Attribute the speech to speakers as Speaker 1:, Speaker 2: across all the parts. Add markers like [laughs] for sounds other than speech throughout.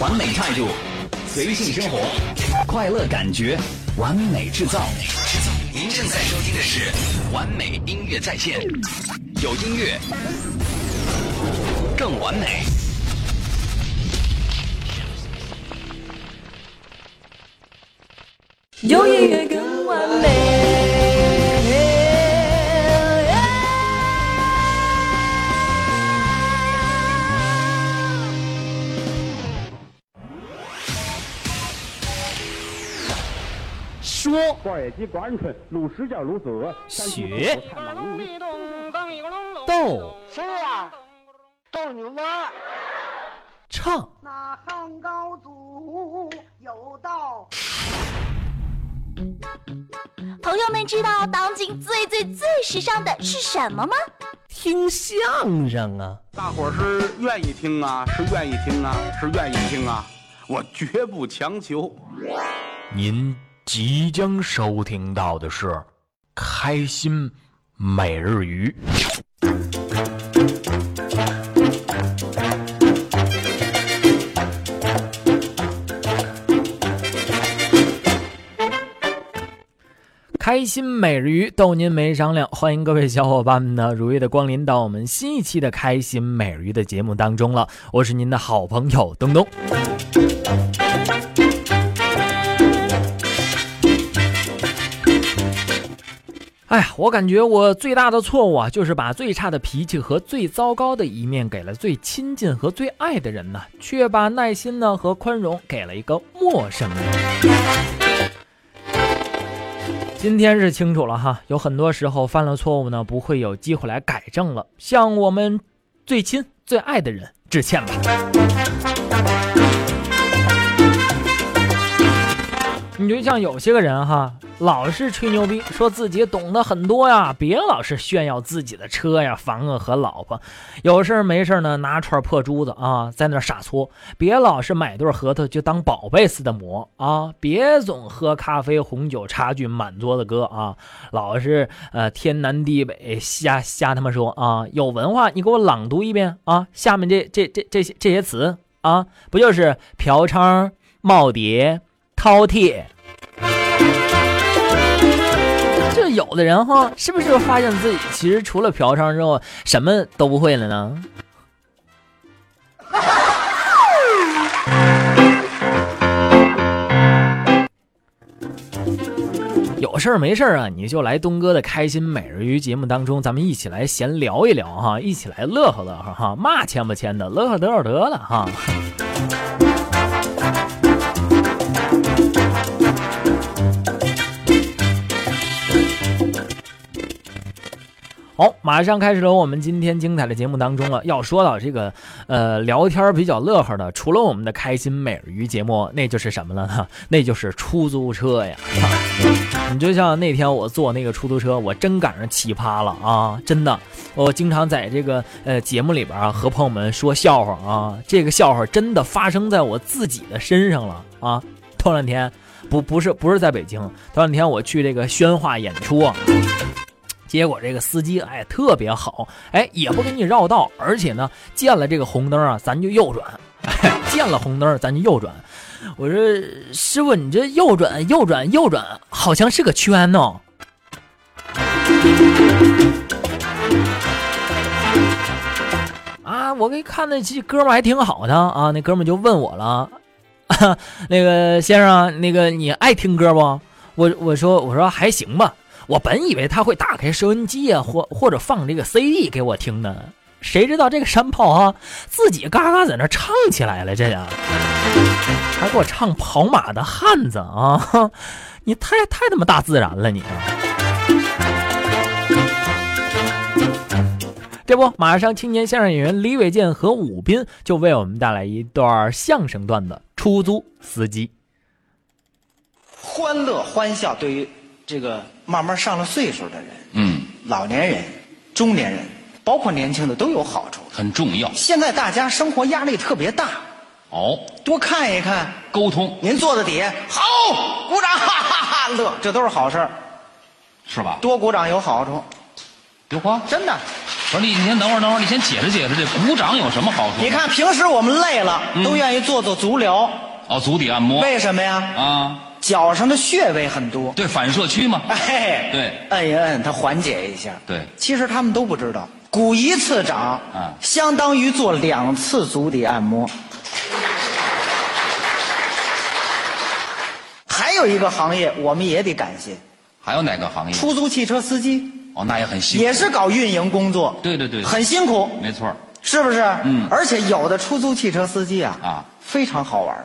Speaker 1: 完美态度，随性生活，快乐感觉，完美制造。您正在收听的是《完美音乐在线》，有音乐更完美。
Speaker 2: 有音乐更完美。说
Speaker 3: 罐野鸡瓜儿春，卤十角卤子鹅，
Speaker 2: 学逗
Speaker 4: 谁呀、逗你玩
Speaker 2: 唱
Speaker 4: 那汉高祖有道，
Speaker 5: 朋友们知道当今最最最时尚的是什么吗？
Speaker 2: 听相声啊，
Speaker 6: 大伙儿是愿意听啊，是愿意听啊，是愿意听啊，我绝不强求。
Speaker 7: 您即将收听到的是《开心每日鱼》。
Speaker 2: 开心每日鱼逗您没商量，欢迎各位小伙伴们呢如约的光临到我们新一期的开心每日鱼的节目当中了，我是您的好朋友东东。哎呀，我感觉我最大的错误啊，就是把最差的脾气和最糟糕的一面给了最亲近和最爱的人呢、却把耐心呢和宽容给了一个陌生人。今天是清楚了哈，有很多时候犯了错误呢，不会有机会来改正了，向我们最亲最爱的人致歉吧。你就像有些个人哈，老是吹牛逼，说自己懂得很多呀，别老是炫耀自己的车呀、房啊和老婆，有事儿没事儿呢拿串破珠子啊，在那儿傻搓，别老是买对核桃就当宝贝似的磨啊，别总喝咖啡、红酒、茶具满桌子搁啊，老是呃天南地北瞎瞎他妈说啊，有文化你给我朗读一遍啊，下面这这这这些这些词啊，不就是嫖娼、耄耋、饕餮？这有的人哈，是不是就发现自己其实除了嫖娼之后什么都不会了呢？ [laughs] 有事儿没事儿啊，你就来东哥的开心每日鱼节目当中，咱们一起来闲聊一聊哈，一起来乐呵乐呵哈，嘛签不签的，乐呵得了得了哈。好，马上开始了我们今天精彩的节目当中了。要说到这个，呃，聊天比较乐呵的，除了我们的开心每日鱼节目，那就是什么了呢？ [laughs] 那就是出租车呀。你就像那天我坐那个出租车，我真赶上奇葩了啊！真的，我经常在这个呃节目里边啊和朋友们说笑话啊，这个笑话真的发生在我自己的身上了啊！头两天不不是不是在北京，头两天我去这个宣化演出啊。结果这个司机哎特别好，哎也不给你绕道，而且呢见了这个红灯啊，咱就右转， [laughs] 哎、见了红灯咱就右转。我说师傅，你这右转右转右转，好像是个圈哦。啊，我给看那几哥们儿还挺好的啊，那哥们儿就问我了， [laughs] 那个先生，那个你爱听歌不？我我说我说还行吧。我本以为他会打开收音机啊，或或者放这个 CD 给我听呢，谁知道这个山炮啊，自己嘎嘎在那唱起来了，这呀，还给我唱跑马的汉子啊！你太太他妈大自然了你！啊这不，马上青年相声演员李伟健和武斌就为我们带来一段相声段子《出租司机》。
Speaker 8: 欢乐欢笑对于这个慢慢上了岁数的人，
Speaker 1: 嗯，
Speaker 8: 老年人、中年人，包括年轻的都有好处。
Speaker 1: 很重要
Speaker 8: 现在大家生活压力特别大，
Speaker 1: 哦，
Speaker 8: 多看一看。
Speaker 1: 沟通
Speaker 8: 您坐在底下，好，鼓掌，哈哈哈乐，这都是好事儿
Speaker 1: 是吧？
Speaker 8: 多鼓掌有好处，
Speaker 1: 刘欢，
Speaker 8: 真的。
Speaker 9: 不是你，你先等会儿，等会儿，你先解释解释这鼓掌有什么好处？
Speaker 8: 你看平时我们累了，都愿意做做足疗，
Speaker 9: 哦，足底按摩
Speaker 8: 为什么呀？
Speaker 9: 啊，
Speaker 8: 脚上的穴位很多，
Speaker 9: 对，反射区嘛，
Speaker 8: [laughs] 哎，
Speaker 9: 对，
Speaker 8: 摁一摁，它缓解一下。
Speaker 9: 对
Speaker 8: 其实他们都不知道，鼓一次掌，
Speaker 9: 啊
Speaker 8: 相当于做两次足底按摩。还有一个行业，我们也得感谢
Speaker 9: 还有哪个行业？
Speaker 8: 出租汽车司机，
Speaker 9: 哦，那也很辛苦，
Speaker 8: 也是搞运营工作，
Speaker 9: 对对对
Speaker 8: 很辛苦，
Speaker 9: 没错儿，
Speaker 8: 是不是？
Speaker 9: 嗯
Speaker 8: 而且有的出租汽车司机啊，
Speaker 9: 啊
Speaker 8: 非常好玩，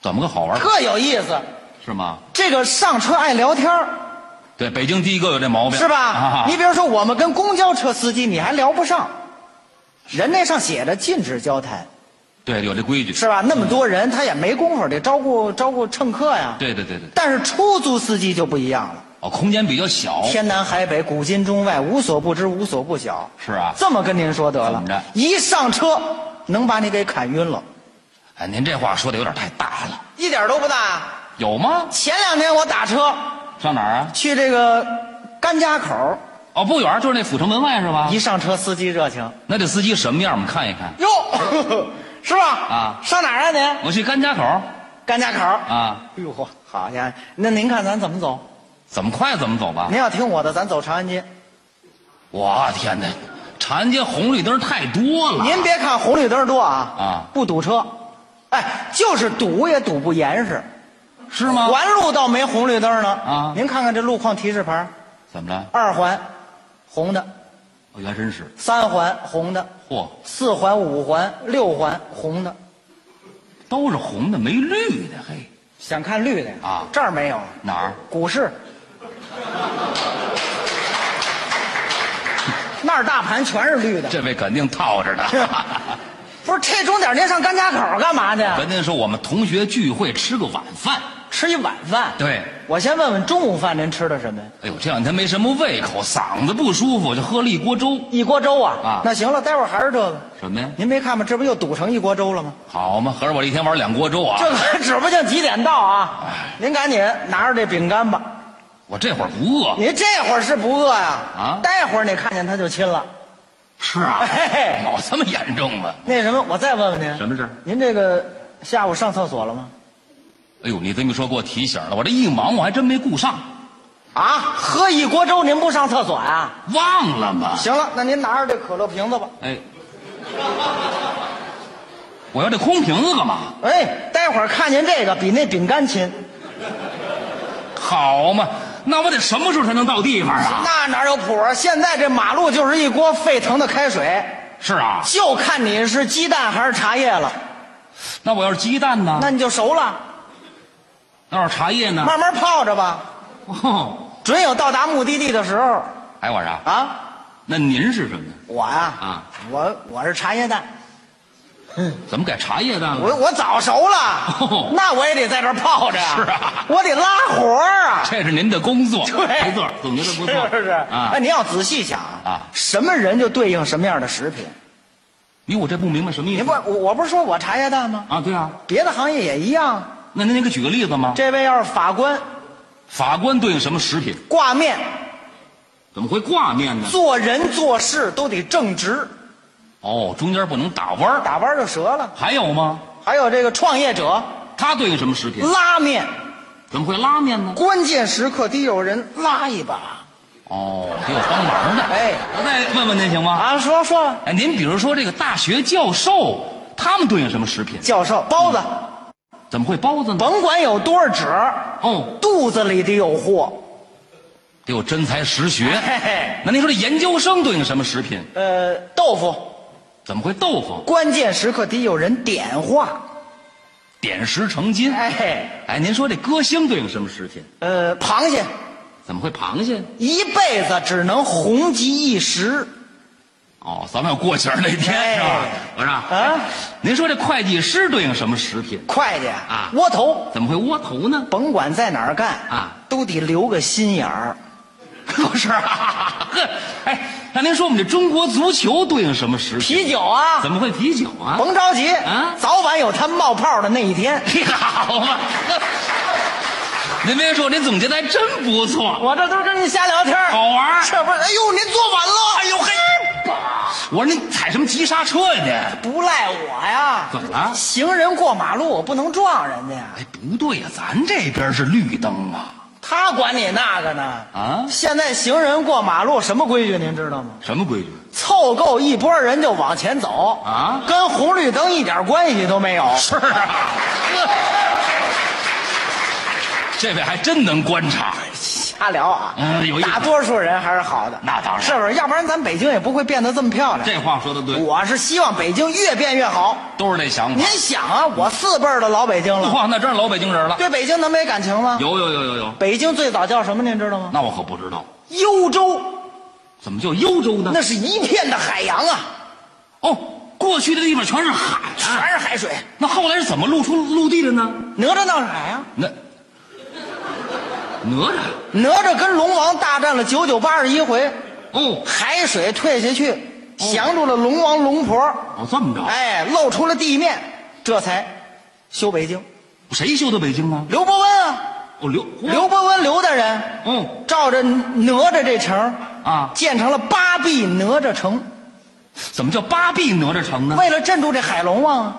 Speaker 9: 怎么个好玩儿？
Speaker 8: 特有意思。
Speaker 9: 是吗？
Speaker 8: 这个上车爱聊天儿
Speaker 9: 对，北京第一个有这毛病，
Speaker 8: 是吧？
Speaker 9: 啊
Speaker 8: 你比如说，我们跟公交车司机你还聊不上，人那上写着禁止交谈，
Speaker 9: 对，有这规矩，
Speaker 8: 是吧？那么多人，他也没工夫得招呼招呼乘客呀。
Speaker 9: 对对对对，
Speaker 8: 但是出租司机就不一样了，
Speaker 9: 哦，空间比较小，
Speaker 8: 天南海北，古今中外，无所不知，无所不晓。
Speaker 9: 是啊
Speaker 8: 这么跟您说得了
Speaker 9: 怎么着，
Speaker 8: 一上车能把你给砍晕了，
Speaker 9: 哎，您这话说的有点太大了，
Speaker 8: 一点都不大呀。
Speaker 9: 有吗？
Speaker 8: 前两天我打车
Speaker 9: 上哪儿啊？
Speaker 8: 去这个甘家口，
Speaker 9: 哦，不远，就是那阜成门外是吧
Speaker 8: 一？上车司机热情，
Speaker 9: 那这司机什么样？我们看一看。 [laughs]
Speaker 8: 哟，是吧？
Speaker 9: 啊
Speaker 8: 上哪儿啊您？
Speaker 9: 我去甘家口
Speaker 8: 甘家口。哎
Speaker 9: 啊，
Speaker 8: 呦嚯，好家伙！那您看咱怎么走？
Speaker 9: 怎么快怎么走吧
Speaker 8: 您。要听我的，咱走长安街。
Speaker 9: 我天哪，长安街红绿灯太多了。
Speaker 8: 您别看红绿灯多啊，
Speaker 9: 啊
Speaker 8: 不堵车，哎，就是堵也堵不严实。
Speaker 9: 是吗？
Speaker 8: 环路倒没红绿灯呢。
Speaker 9: 啊
Speaker 8: 您看看这路况提示牌，
Speaker 9: 怎么着？
Speaker 8: 二环红的，
Speaker 9: 哦，原真是。
Speaker 8: 三环红的，
Speaker 9: 嚯，
Speaker 8: 四环、五环、六环红的。
Speaker 9: 都是红的，没绿的。嘿，
Speaker 8: 想看绿的呀？
Speaker 9: 啊
Speaker 8: 这儿没有，
Speaker 9: 哪儿？[laughs]
Speaker 8: 股市。那儿大盘全是绿的，
Speaker 9: 这位肯定套着 [laughs] 的。
Speaker 8: [laughs] 不是这钟点您上甘家口干嘛去？
Speaker 9: 跟您说，我们同学聚会吃个晚饭。
Speaker 8: 吃一晚饭。
Speaker 9: 对，
Speaker 8: 我先问问中午饭您吃的什么呀？
Speaker 9: 哎呦，这两天没什么胃口，嗓子不舒服，就喝了一锅粥。
Speaker 8: 一锅粥啊！
Speaker 9: 啊
Speaker 8: 那行了，待会儿还是这个。
Speaker 9: 什么呀？
Speaker 8: 您没看吗？这不又堵成一锅粥了吗？
Speaker 9: 好嘛，合着我这一天玩两锅粥啊！
Speaker 8: 这个指不定几点到啊！
Speaker 9: 哎
Speaker 8: 您赶紧拿着这饼干吧。
Speaker 9: 我这会儿不饿。
Speaker 8: 您这会儿是不饿呀？
Speaker 9: 哦啊
Speaker 8: 待会儿你看见他就亲了。
Speaker 9: 是啊
Speaker 8: 嘿嘿
Speaker 9: 有这么严重啊吗？
Speaker 8: 那什么，我再问问您，
Speaker 9: 什么事儿
Speaker 8: 您这个下午上厕所了吗？
Speaker 9: 哎呦，你这么一说给我提醒了，我这一忙我还真没顾上，
Speaker 8: 啊，喝一锅粥您不上厕所
Speaker 9: 啊
Speaker 8: 呀、
Speaker 9: 忘了吗？
Speaker 8: 行了，那您拿着这可乐瓶子吧。
Speaker 9: 哎，我要这空瓶子干嘛？
Speaker 8: 哎，待会儿看见这个比那饼干亲，
Speaker 9: 好嘛，那我得什么时候才能到地方啊？
Speaker 8: 那哪有谱啊？现在这马路就是一锅沸腾的开水，
Speaker 9: 是啊，
Speaker 8: 就看你是鸡蛋还是茶叶了。
Speaker 9: 那我要是鸡蛋呢？
Speaker 8: 那你就熟了，
Speaker 9: 那要是茶叶呢？
Speaker 8: 慢慢泡着吧，
Speaker 9: 哦，
Speaker 8: 准有到达目的地的时候
Speaker 9: 哎，我啥？
Speaker 8: 啊。
Speaker 9: 那您是什么？
Speaker 8: 我呀、
Speaker 9: 啊
Speaker 8: 我我是茶叶蛋，
Speaker 9: 怎么改茶叶蛋
Speaker 8: 我
Speaker 9: 了？
Speaker 8: 我早熟了，
Speaker 9: 哦
Speaker 8: 那我也得在这儿泡着呀。
Speaker 9: 是啊
Speaker 8: 我得拉活儿啊。
Speaker 9: 这是您的工作，
Speaker 8: [laughs] 对，
Speaker 9: 不错，总结的不错，
Speaker 8: 是不是？
Speaker 9: 啊
Speaker 8: 哎，，您要仔细想
Speaker 9: 啊
Speaker 8: 什么人就对应什么样的食品。
Speaker 9: 你我这不明白什么意思
Speaker 8: 您不，我我不是说我茶叶蛋吗？
Speaker 9: 啊？对啊，
Speaker 8: 别的行业也一样。
Speaker 9: 那您您给举个例子吗？
Speaker 8: 这位要是法官，
Speaker 9: 法官对应什么食品？
Speaker 8: 挂面，
Speaker 9: 怎么会挂面呢？
Speaker 8: 做人做事都得正直，
Speaker 9: 哦，中间不能打弯儿。
Speaker 8: 打弯儿就折了。
Speaker 9: 还有吗？
Speaker 8: 还有这个创业者，
Speaker 9: 它对应什么食品？
Speaker 8: 拉面，
Speaker 9: 怎么会拉面呢？
Speaker 8: 关键时刻得有人拉一把
Speaker 9: 哦，得有帮忙的。
Speaker 8: 哎
Speaker 9: 那再问问您行吗？
Speaker 8: 啊！说说吧，
Speaker 9: 哎，您比如说这个大学教授，他们对应什么食品？
Speaker 8: 教授，包子，
Speaker 9: 怎么会包子呢？
Speaker 8: 甭管有多少褶儿，
Speaker 9: 哦，
Speaker 8: 肚子里得有货。
Speaker 9: 得有真才实学。
Speaker 8: 嘿嘿，
Speaker 9: 那您说这研究生对应什么食品？
Speaker 8: 呃，豆腐，
Speaker 9: 怎么会豆腐？
Speaker 8: 关键时刻得有人点化。
Speaker 9: 点石成金。
Speaker 8: 哎，
Speaker 9: 哎，您说这歌星对应什么食品？
Speaker 8: 呃，螃蟹
Speaker 9: 怎么会螃蟹？
Speaker 8: 一辈子只能红极一时，
Speaker 9: 哦，咱们要过节儿那天、
Speaker 8: 哎
Speaker 9: 是吧？我说
Speaker 8: 啊
Speaker 9: 您说这会计师对应什么食品？
Speaker 8: 会计
Speaker 9: 啊
Speaker 8: 窝头，
Speaker 9: 怎么会窝头呢？
Speaker 8: 甭管在哪儿干
Speaker 9: 啊，
Speaker 8: 都得留个心眼儿。
Speaker 9: 不是、啊， [laughs] 呵，哎，那您说我们这中国足球对应什么食品？
Speaker 8: 啤酒啊，
Speaker 9: 怎么会啤酒啊？
Speaker 8: 甭着急
Speaker 9: 啊
Speaker 8: 早晚有他冒泡的那一天。
Speaker 9: 嘿好嘛！呵您别说，您总结的还真不错，
Speaker 8: 我这都是跟您瞎聊天儿
Speaker 9: 好玩儿
Speaker 8: 这不是？哎呦，您做晚了！哎呦嘿，
Speaker 9: 我说那踩什么急刹车呀、
Speaker 8: 不赖我呀。
Speaker 9: 怎么了
Speaker 8: 行人过马路，我不能撞人家呀。
Speaker 9: 这？哎，不对呀、咱这边是绿灯啊，
Speaker 8: 他管你那个呢？
Speaker 9: 啊
Speaker 8: 现在行人过马路什么规矩您知道吗？
Speaker 9: 什么规矩？
Speaker 8: 凑够一波人就往前走
Speaker 9: 啊
Speaker 8: 跟红绿灯一点关系都没有。
Speaker 9: [laughs] 是啊，这位还真能观察。
Speaker 8: 瞎聊啊，
Speaker 9: 嗯有意思
Speaker 8: 大多数人还是好的，
Speaker 9: 那当然
Speaker 8: 是不是？要不然咱北京也不会变得这么漂亮。
Speaker 9: 这话说的对，
Speaker 8: 我是希望北京越变越好。
Speaker 9: 都是这想法
Speaker 8: 您。想啊，我四辈儿的老北京了，
Speaker 9: 哇，那真是老北京人了。
Speaker 8: 对北京能没感情吗？
Speaker 9: 有有有有有，
Speaker 8: 北京最早叫什么？您知道吗？
Speaker 9: 那我可不知道，
Speaker 8: 幽州。
Speaker 9: 怎么叫幽州呢？
Speaker 8: 那是一片的海洋啊，
Speaker 9: 哦，过去的地方全是海
Speaker 8: 全
Speaker 9: 啊，
Speaker 8: 是海水。
Speaker 9: 那后来是怎么露出陆地的呢？
Speaker 8: 哪吒闹海啊，
Speaker 9: 那哪吒
Speaker 8: 哪吒跟龙王大战了九九八十一回，
Speaker 9: 哦
Speaker 8: 海水退下去，
Speaker 9: 嗯
Speaker 8: 降住了龙王龙婆，
Speaker 9: 哦，这么着，
Speaker 8: 哎，露出了地面，这才修北京。
Speaker 9: 谁修的北京啊？
Speaker 8: 刘伯温啊，
Speaker 9: 哦，刘
Speaker 8: 刘伯温刘大人
Speaker 9: 哦
Speaker 8: 照着哪吒这城
Speaker 9: 啊
Speaker 8: 建成了八臂哪吒城，
Speaker 9: 怎么叫八臂哪吒城呢？
Speaker 8: 为了镇住这海龙王啊。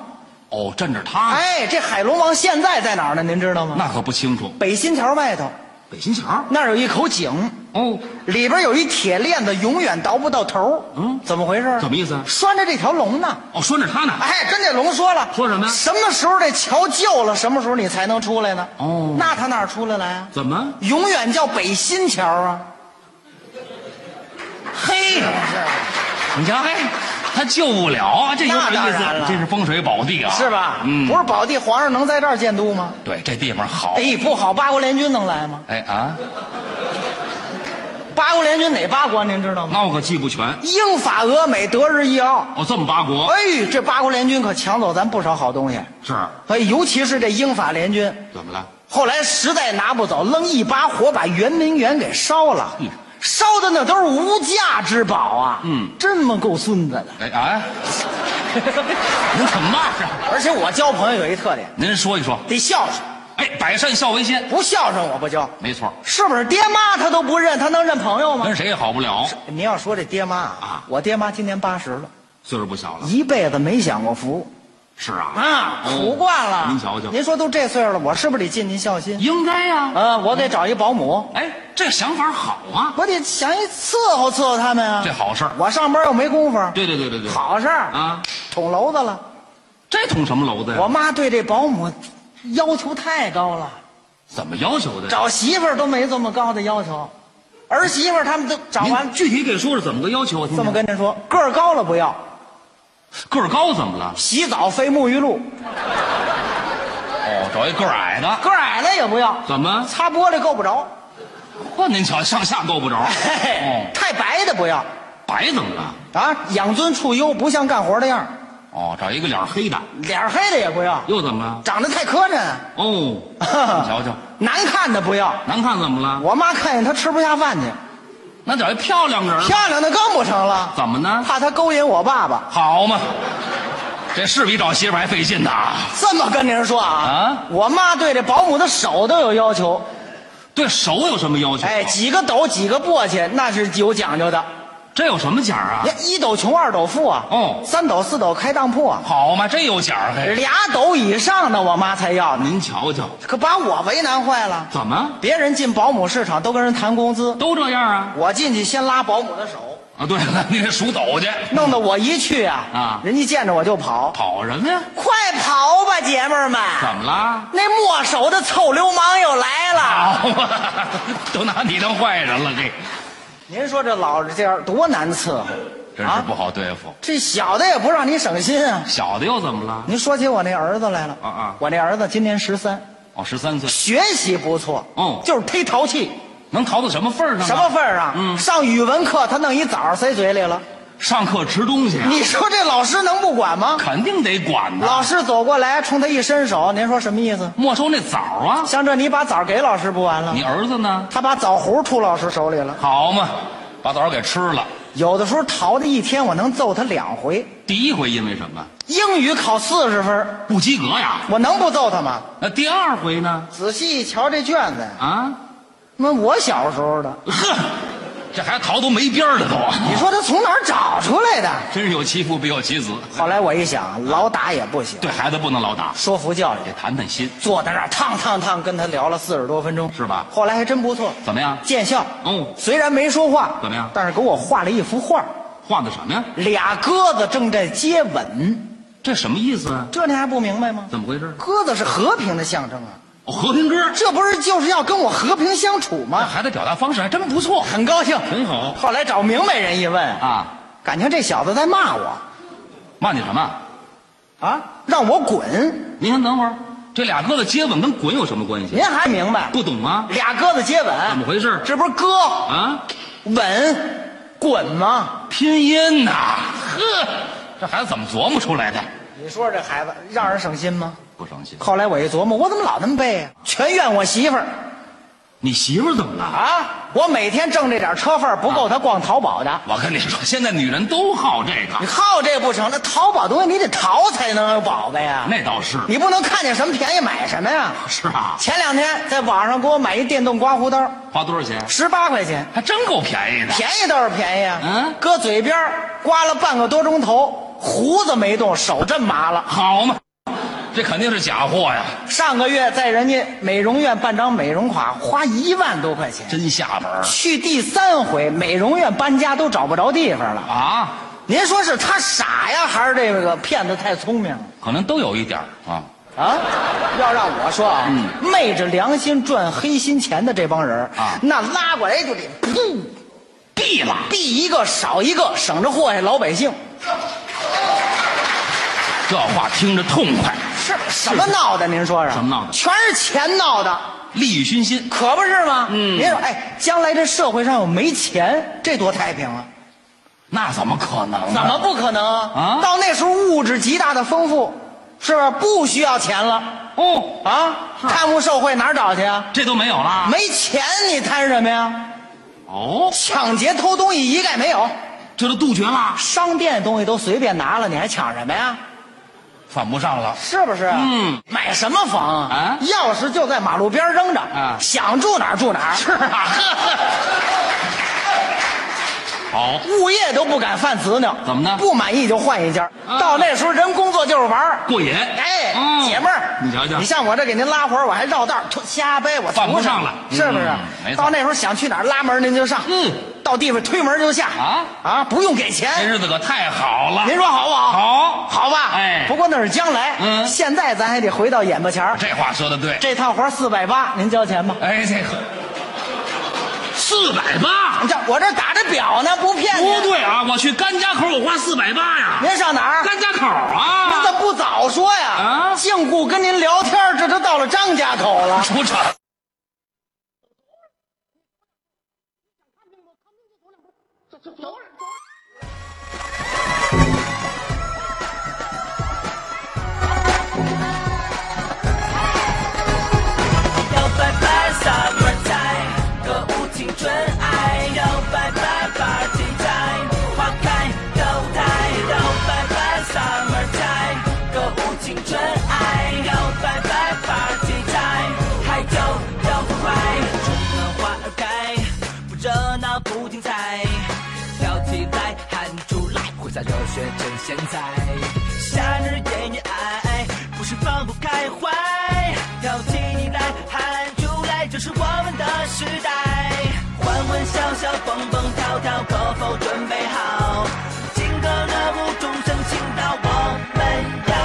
Speaker 9: 哦，镇着他，
Speaker 8: 哎，这海龙王现在在哪儿呢？您知道吗？
Speaker 9: 那可不清楚。
Speaker 8: 北新桥外头
Speaker 9: 北新桥
Speaker 8: 那儿有一口井。
Speaker 9: 哦，
Speaker 8: 里边有一铁链子，永远倒不到头。
Speaker 9: 嗯
Speaker 8: 怎么回事？
Speaker 9: 怎么意思啊
Speaker 8: 拴着这条龙呢。
Speaker 9: 哦，拴着他呢。
Speaker 8: 哎，跟这龙说了，
Speaker 9: 说什么呀
Speaker 8: 什么时候这桥旧了，什么时候你才能出来呢？
Speaker 9: 哦
Speaker 8: 那他哪儿出得来啊？
Speaker 9: 怎么？
Speaker 8: 永远叫北新桥啊。嘿，
Speaker 9: 你瞧，嘿，他救不了，啊这有
Speaker 8: 那
Speaker 9: 点
Speaker 8: 当
Speaker 9: 意
Speaker 8: 然了
Speaker 9: 思，这是风水宝地啊，
Speaker 8: 是吧？
Speaker 9: 嗯，
Speaker 8: 不是保地皇上能在这儿建都吗？
Speaker 9: 对，这地方好。
Speaker 8: 哎，不好，八国联军能来吗？
Speaker 9: 哎啊，
Speaker 8: 八国联军哪八国啊您知道吗？
Speaker 9: 那我可记不全。
Speaker 8: 英法俄美德日意奥。
Speaker 9: 哦，这么八国
Speaker 8: 哎，这八国联军可抢走咱不少好东西。
Speaker 9: 是
Speaker 8: 哎，尤其是这英法联军，
Speaker 9: 怎么了？
Speaker 8: 后来实在拿不走，愣一把火把圆明园给烧了，
Speaker 9: 嗯
Speaker 8: 烧的那都是无价之宝啊！
Speaker 9: 嗯
Speaker 8: 这么够孙子的。
Speaker 9: 哎啊，您怎么骂上？
Speaker 8: 而且我交朋友有一特点，
Speaker 9: 您说一说。
Speaker 8: 得孝顺，
Speaker 9: 哎，百善孝为先，
Speaker 8: 不孝顺我不交。
Speaker 9: 没错，
Speaker 8: 是不是爹妈他都不认，他能认朋友吗
Speaker 9: 跟？谁也好不了，
Speaker 8: 哎您要说这爹妈啊
Speaker 9: 啊，
Speaker 8: 我爹妈今年八十了，
Speaker 9: 岁数不小了。
Speaker 8: 一辈子没享过福
Speaker 9: 是啊，
Speaker 8: 啊，
Speaker 9: 哦
Speaker 8: 苦惯了。
Speaker 9: 您瞧嗯瞧，
Speaker 8: 您说都这岁数了，我是不是得尽尽孝心？
Speaker 9: 应该呀。
Speaker 8: 啊，我得找一保姆。
Speaker 9: 哎，这想法好啊，
Speaker 8: 我得想一伺候伺候他们啊。
Speaker 9: 这好事儿。
Speaker 8: 我上班又没工夫，
Speaker 9: 对对对对对，
Speaker 8: 好事儿
Speaker 9: 啊，
Speaker 8: 捅娄子了。
Speaker 9: 这捅什么娄子
Speaker 8: 我
Speaker 9: 呀？
Speaker 8: 妈对这保姆要求太高了，
Speaker 9: 怎么要求的？
Speaker 8: 找媳妇儿都没这么高的要求，儿媳妇儿他们都找
Speaker 9: 您
Speaker 8: 完。
Speaker 9: 具体给说说怎么个要求啊？听听
Speaker 8: 这么跟您说，个儿高了不要，
Speaker 9: 个儿高怎么了？
Speaker 8: 洗澡费沐浴露；
Speaker 9: 哦，找一个儿矮的，
Speaker 8: 个儿矮了也不要，
Speaker 9: 怎么？
Speaker 8: 擦玻璃够不着。
Speaker 9: 嚯，您瞧上下够不着。
Speaker 8: 嘿嘿
Speaker 9: 哦，
Speaker 8: 哎太白的不要
Speaker 9: 白怎么了？
Speaker 8: 啊，养尊处优，不像干活的样儿。
Speaker 9: 哦，找一个脸儿黑的，
Speaker 8: 脸儿黑的也不要，
Speaker 9: 又怎么了？
Speaker 8: 长得太磕碜，
Speaker 9: [laughs] 哦，你瞧瞧，
Speaker 8: 难看的不要。
Speaker 9: 难看怎么了？
Speaker 8: 我妈看见她吃不下饭去，
Speaker 9: 那找一漂亮人儿，
Speaker 8: 漂亮的更不成了，
Speaker 9: 怎么呢？
Speaker 8: 怕她勾引我爸爸。
Speaker 9: 好嘛，这是比找媳妇儿还费劲呐。
Speaker 8: 这么跟您说啊，
Speaker 9: 啊
Speaker 8: 我妈对这保姆的手都有要求，
Speaker 9: 对手有什么要求？
Speaker 8: 哎，几个斗几个簸箕，那是有讲究的。
Speaker 9: 这有什么奖啊
Speaker 8: 你？看一斗穷，二斗富啊，
Speaker 9: 哦
Speaker 8: 三斗四斗开当铺啊，
Speaker 9: 好嘛，这有奖儿嘿。
Speaker 8: 俩斗以上的我妈才要呢，
Speaker 9: 您瞧瞧，
Speaker 8: 可把我为难坏了。
Speaker 9: 怎么
Speaker 8: 别人进保姆市场都跟人谈工资，
Speaker 9: 都这样啊？
Speaker 8: 我进去先拉保姆的手，
Speaker 9: 啊，对了，你得数斗去，
Speaker 8: 弄得我一去啊，
Speaker 9: 啊
Speaker 8: 人家见着我就跑，
Speaker 9: 跑什么呀？
Speaker 8: 快跑吧，姐妹儿们！
Speaker 9: 怎么啦？
Speaker 8: 那墨守的臭流氓又来了。
Speaker 9: 好嘛，都拿你当坏人了，这
Speaker 8: 您说这老人家多难伺候，
Speaker 9: 真
Speaker 8: 啊
Speaker 9: 是不好对付。
Speaker 8: 这小的也不让你省心啊。
Speaker 9: 小的又怎么了？
Speaker 8: 您说起我那儿子来了
Speaker 9: 啊啊
Speaker 8: 我那儿子今年十三，
Speaker 9: 哦，十三岁，
Speaker 8: 学习不错，
Speaker 9: 哦
Speaker 8: 就是忒淘气，
Speaker 9: 能逃到什么份儿上？
Speaker 8: 什么？份儿啊？
Speaker 9: 嗯
Speaker 8: 上语文课他弄一枣儿塞嘴里了，
Speaker 9: 上课吃东西啊，
Speaker 8: 你说这老师能不管吗？
Speaker 9: 肯定得管呐。
Speaker 8: 老师走过来冲他一伸手，您说什么意思？
Speaker 9: 没收那枣啊，
Speaker 8: 像这你把枣儿给老师不完了
Speaker 9: 你，儿子呢？
Speaker 8: 他把枣核吐老师手里了。
Speaker 9: 好嘛，把枣给吃了。
Speaker 8: 有的时候淘的一天，我能揍他两回。
Speaker 9: 第一回因为什么
Speaker 8: 英语考四十分，
Speaker 9: 不及格呀？
Speaker 8: 我能不揍他吗？
Speaker 9: 那第二回呢？
Speaker 8: 仔细一瞧这卷子呀，
Speaker 9: 啊，
Speaker 8: 那我小时候的，
Speaker 9: 呵，这孩子逃都没边儿了都，啊
Speaker 8: 你说他从哪儿找出来的？
Speaker 9: 真是有其父必有其子。
Speaker 8: 后来我一想，老打也不行，
Speaker 9: 对孩子不能老打，
Speaker 8: 说服教育，
Speaker 9: 得谈谈心，
Speaker 8: 坐在那儿烫烫烫，跟他聊了四十多分钟，
Speaker 9: 是吧
Speaker 8: 后来还真不错，
Speaker 9: 怎么样？
Speaker 8: 见效。
Speaker 9: 哦
Speaker 8: 虽然没说话，
Speaker 9: 怎么样
Speaker 8: 但是给我画了一幅画，
Speaker 9: 画的什么呀？
Speaker 8: 俩鸽子正在接吻，
Speaker 9: 这什么意思啊？
Speaker 8: 这你还不明白吗？
Speaker 9: 怎么回事？
Speaker 8: 鸽子是和平的象征啊，
Speaker 9: 哦和平鸽，
Speaker 8: 这不是就是要跟我和平相处
Speaker 9: 这
Speaker 8: 吗？
Speaker 9: 孩子表达方式还真不错，
Speaker 8: 很高兴，
Speaker 9: 很好
Speaker 8: 后来找明白人一问，
Speaker 9: 啊。
Speaker 8: 感情这小子在骂我
Speaker 9: 骂你什么？
Speaker 8: 啊，让我滚。
Speaker 9: 您先等会儿，这俩鸽子接吻跟滚有什么关系
Speaker 8: 您？还明白？
Speaker 9: 不懂吗？
Speaker 8: 俩鸽子接吻，
Speaker 9: 怎么回事？
Speaker 8: 这不是鸽
Speaker 9: 啊，
Speaker 8: 吻滚吗？
Speaker 9: 拼音呐、呵，这孩子怎么琢磨出来的？
Speaker 8: 你说这孩子让人省心吗？
Speaker 9: 不省心。
Speaker 8: 后来我一琢磨，我怎么老那么背啊？全怨我媳妇儿
Speaker 9: 你媳妇儿怎么了？
Speaker 8: 啊！我每天挣这点车费不
Speaker 9: 啊
Speaker 8: 够她逛淘宝的。
Speaker 9: 我跟你说，现在女人都好这
Speaker 8: 你
Speaker 9: 个。
Speaker 8: 靠这不成，那淘宝东西你得淘才能有宝贝呀。
Speaker 9: 那倒是，
Speaker 8: 你不能看见什么便宜买什么呀。
Speaker 9: 是啊，
Speaker 8: 前两天在网上给我买一电动刮胡刀，
Speaker 9: 花多少钱？
Speaker 8: 十八块钱，
Speaker 9: 还真够便宜的。
Speaker 8: 便宜倒是便宜啊。
Speaker 9: 嗯
Speaker 8: 搁嘴边儿刮了半个多钟头，胡子没动，手真麻了。
Speaker 9: 好嘛，这肯定是假货呀，
Speaker 8: 上个月在人家美容院办张美容卡，花一万多块钱。
Speaker 9: 真下本儿
Speaker 8: 去第三回，美容院搬家都找不着地方了。
Speaker 9: 啊！
Speaker 8: 您说是他傻呀，还是这个骗子太聪明了
Speaker 9: 可能都有一点儿啊。
Speaker 8: 啊？要让我说啊，昧着良心赚黑心钱的这帮人
Speaker 9: 嗯啊
Speaker 8: 那拉过来就得噗，
Speaker 9: 毙了，
Speaker 8: 毙一个少一个，省着祸害老百姓。
Speaker 9: 这话听着痛快，
Speaker 8: 是什么闹的？您说说，
Speaker 9: 什么闹的
Speaker 8: 全是钱闹的，
Speaker 9: 利欲熏心。
Speaker 8: 可不是吗？嗯，您说，哎，将来这社会上有没钱，这多太平啊！
Speaker 9: 那怎么可能？
Speaker 8: 怎么？不可能啊
Speaker 9: 哦啊
Speaker 8: 到那时候物质极大的丰富，是不是不需要钱了
Speaker 9: 哦，
Speaker 8: 啊？贪污受贿哪儿找去啊？
Speaker 9: 这都没有了。
Speaker 8: 没钱你贪什么呀？
Speaker 9: 哦，
Speaker 8: 抢劫偷东西一概没有，
Speaker 9: 这都杜绝了，
Speaker 8: 商店的东西都随便拿了，你还抢什么呀？
Speaker 9: 犯不上了。
Speaker 8: 是不是？
Speaker 9: 嗯，
Speaker 8: 买什么房啊
Speaker 9: 啊？
Speaker 8: 钥匙就在马路边扔着，
Speaker 9: 啊
Speaker 8: 想住哪儿住哪儿。是啊，
Speaker 9: 好，
Speaker 8: [laughs] 物业都不敢犯子呢。
Speaker 9: 怎么呢
Speaker 8: 不满意就换一家。
Speaker 9: 啊
Speaker 8: 到那时候人工作就是玩儿。
Speaker 9: 过瘾。
Speaker 8: 哎，
Speaker 9: 嗯
Speaker 8: 姐妹儿，
Speaker 9: 你瞧瞧
Speaker 8: 你，像我这给您拉活儿，我还绕道儿推瞎掰，我
Speaker 9: 犯不
Speaker 8: 图什么
Speaker 9: 上了
Speaker 8: 是不是
Speaker 9: 嗯？没错
Speaker 8: 到那时候想去哪儿拉门您就上，
Speaker 9: 嗯，
Speaker 8: 到地方推门就下
Speaker 9: 啊
Speaker 8: 啊，不用给
Speaker 9: 这
Speaker 8: 钱，
Speaker 9: 日子可太好了。
Speaker 8: 您说好不好？，
Speaker 9: 好，
Speaker 8: 好吧，
Speaker 9: 哎
Speaker 8: 不过那是将来，
Speaker 9: 嗯
Speaker 8: 现在咱还得回到眼巴前儿。
Speaker 9: 这话说的对。
Speaker 8: 这趟活四百八，您交钱吧。
Speaker 9: 哎，这个四百八
Speaker 8: 你，这我这打着表呢，不骗
Speaker 9: 不
Speaker 8: 您。
Speaker 9: 对啊！我去甘家口，我花四百八呀。
Speaker 8: 您上哪儿？
Speaker 9: 甘家口
Speaker 8: 您怎
Speaker 9: 啊，
Speaker 8: 么不早说呀？
Speaker 9: 啊
Speaker 8: 净顾跟您聊天儿，这都到了张家口了。
Speaker 9: 出场。
Speaker 10: 要拜拜 summer time，歌舞青春爱，要拜拜 party time，花开都台，要拜拜 summer time，歌舞青春爱，要拜拜 party time，嗨哟摇快，春暖花儿开，不热闹不精彩，跳起来喊出来，挥洒热血趁现在，夏日炎热爱，不是放不开怀。跳起来，喊出来，这是我们的时代。欢欢笑笑，蹦蹦跳跳，可否准备好？金科乐舞，钟声倾倒，我们要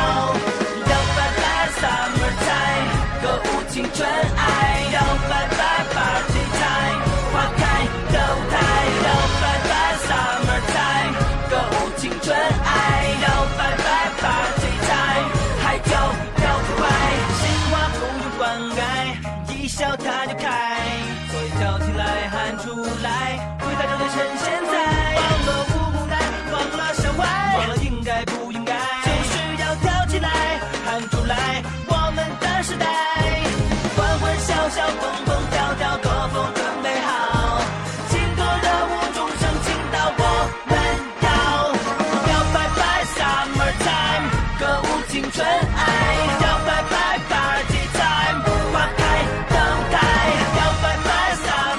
Speaker 10: 要拜拜 summer time，歌舞青春爱，要拜拜 party time，花开都开，要拜拜 summer time，歌舞青春爱，要拜拜 party time，嗨哟摇摆。心花不用灌溉，一笑它就开。所以跳起来，喊出来，回到这里趁现在。忘了舞不来，忘了身外，忘了应该不应该，就是要跳起来，喊出来，我们的时代。欢欢笑笑，蹦蹦跳跳，歌风准备好，劲歌热舞，钟声倾倒，我们要。要拜拜 summer time，歌舞青春爱，要拜拜 party time，花开都开，要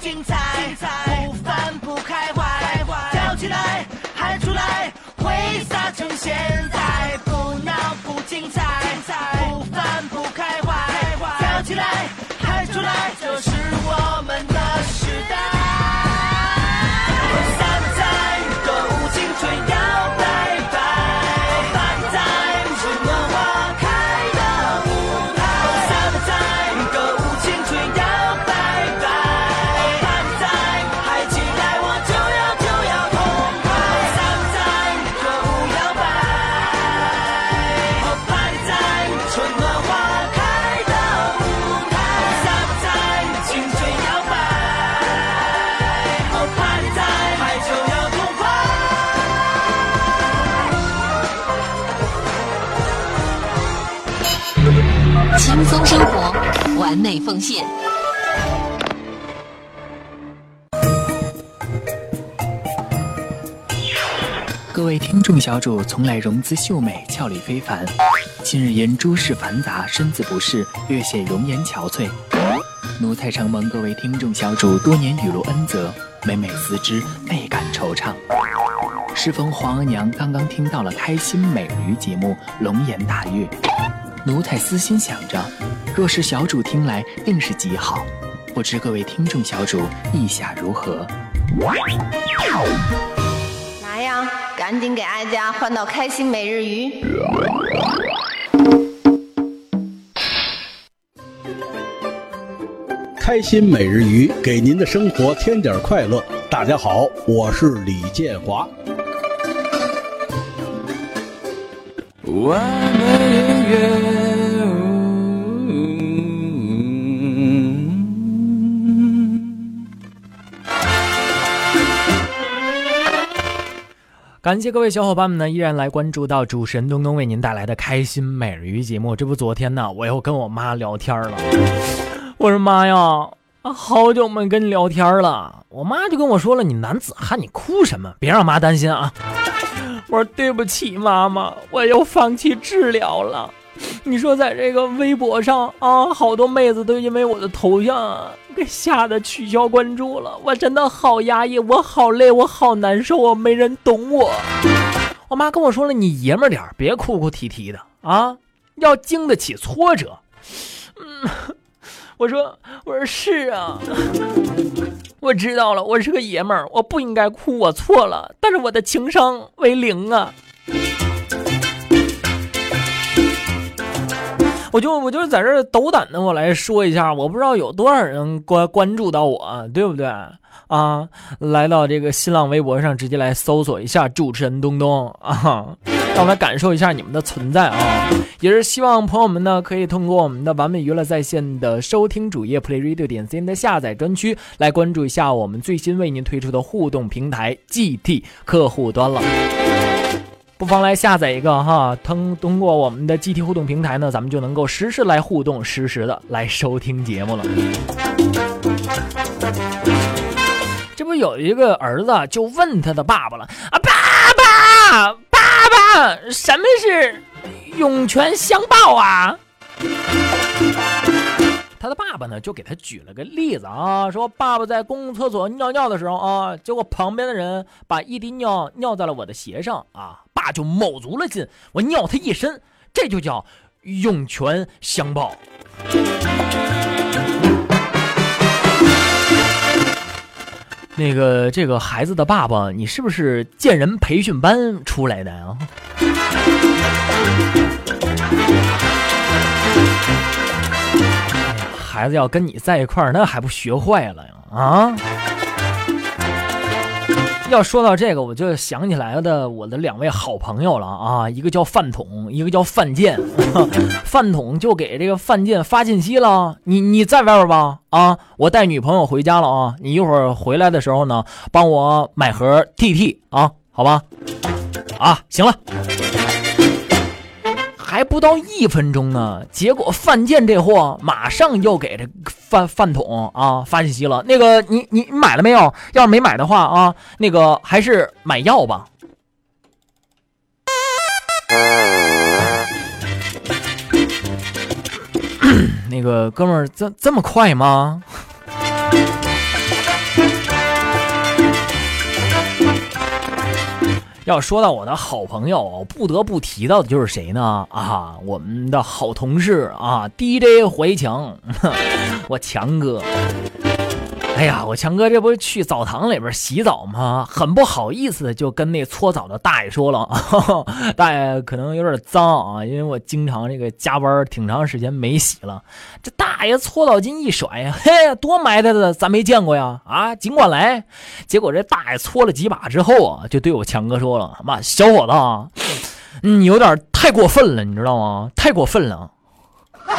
Speaker 10: 精彩，不翻不开怀，跳起来，喊出来，挥洒成现在，不闹不精彩，不翻不开怀，跳起来，喊出来，这是我们的时代。Summer time，歌舞青春摇摆摆，Fun time，是我花开的舞台。Summer time，歌舞青春摇摆摆，Fun time，嗨起来我就要就要痛快。Summer time，歌舞摇摆，Fun time，春暖花开的舞台。Summer time，青春摇摆。哦，怕你在，爱就要痛快。
Speaker 11: 轻松生活，完美奉献。
Speaker 12: 各位听众小主从来融姿秀美，俏丽非凡。近日因诸事繁杂，身子不适，略显容颜憔悴。奴才承蒙各位听众小主多年雨露恩泽，每每思之，倍感惆怅。适逢皇额娘刚刚听到了《开心美驴》节目，龙颜大悦。奴才私心想着，若是小主听来，定是极好。不知各位听众小主意下如何？
Speaker 13: 哪样？啊赶紧给哀家换到开心每日鱼。
Speaker 14: 开心每日鱼，给您的生活添点快乐。大家好，我是李建华。
Speaker 10: 完美音乐。
Speaker 2: 感谢各位小伙伴们呢，依然来关注到主持人东东为您带来的《开心每日鱼》节目。这不，昨天呢，我又跟我妈聊天了。我说妈呀，啊，好久没跟你聊天了。我妈就跟我说了，你男子汉，你哭什么？别让妈担心啊。我说对不起，妈妈，我又放弃治疗了。你说在这个微博上啊，好多妹子都因为我的头像啊给吓得取消关注了，我真的好压抑，我好累，我好难受啊，没人懂我。我妈跟我说了，你爷们儿点儿，别哭哭啼啼的啊，要经得起挫折。嗯，我说，我说是啊。我知道了，我是个爷们儿，我不应该哭，我错了。但是我的情商为零啊！我就我就在这儿斗胆的我来说一下，我不知道有多少人关关注到我，对不对啊？来到这个新浪微博上，直接来搜索一下主持人东东啊，让我来感受一下你们的存在啊！也是希望朋友们呢，可以通过我们的完美娱乐在线的收听主页 playradio 点 cn 的下载专区来关注一下我们最新为您推出的互动平台 GT 客户端了。不妨来下载一个哈，通通过我们的 GT 互动平台呢，咱们就能够实时来互动，实时的来收听节目了。这不有一个儿子就问他的爸爸了啊，爸爸，爸爸，什么是涌泉相报啊？他的爸爸呢，就给他举了个例子啊，说爸爸在公共厕所尿尿的时候啊，结果旁边的人啊把一滴尿尿在了我的鞋上啊，爸就卯足了劲，我尿他一身，这就叫涌泉相报。那个这个孩子的爸爸，你是不是见人培训班出来的啊？孩子要跟你在一块儿，那还不学坏了呀？啊！要说到这个，我就想起来的我的两位好朋友了啊，一个叫饭桶，一个叫范建。 [laughs] 饭桶就给这个范建发信息了，你你在外边吧啊，我带女朋友回家了啊，你一会儿回来的时候呢，帮我买盒 TT 啊，好吧？啊，行了。还不到一分钟呢，结果范建这货马上又给这饭饭桶啊发信息了。那个你你你买了没有？要是没买的话啊，那个还是买药吧。 [clears throat] 那个哥们儿，这这么快吗？要说到我的好朋友，我不得不提到的就是谁呢？啊，我们的好同事啊，DJ 怀强， [laughs] 我强哥。哎呀，我强哥这不是去澡堂里边洗澡吗？很不好意思的就跟那搓澡的大爷说了， [laughs] 大爷可能有点脏啊，因为我经常这个加班挺长时间没洗了。这大爷搓澡巾一甩呀，嘿，多埋汰的，咱没见过呀！啊，尽管来。结果这大爷搓了几把之后啊，就对我强哥说了：“妈，小伙子啊，你有点太过分了，你知道吗？太过分了。”啊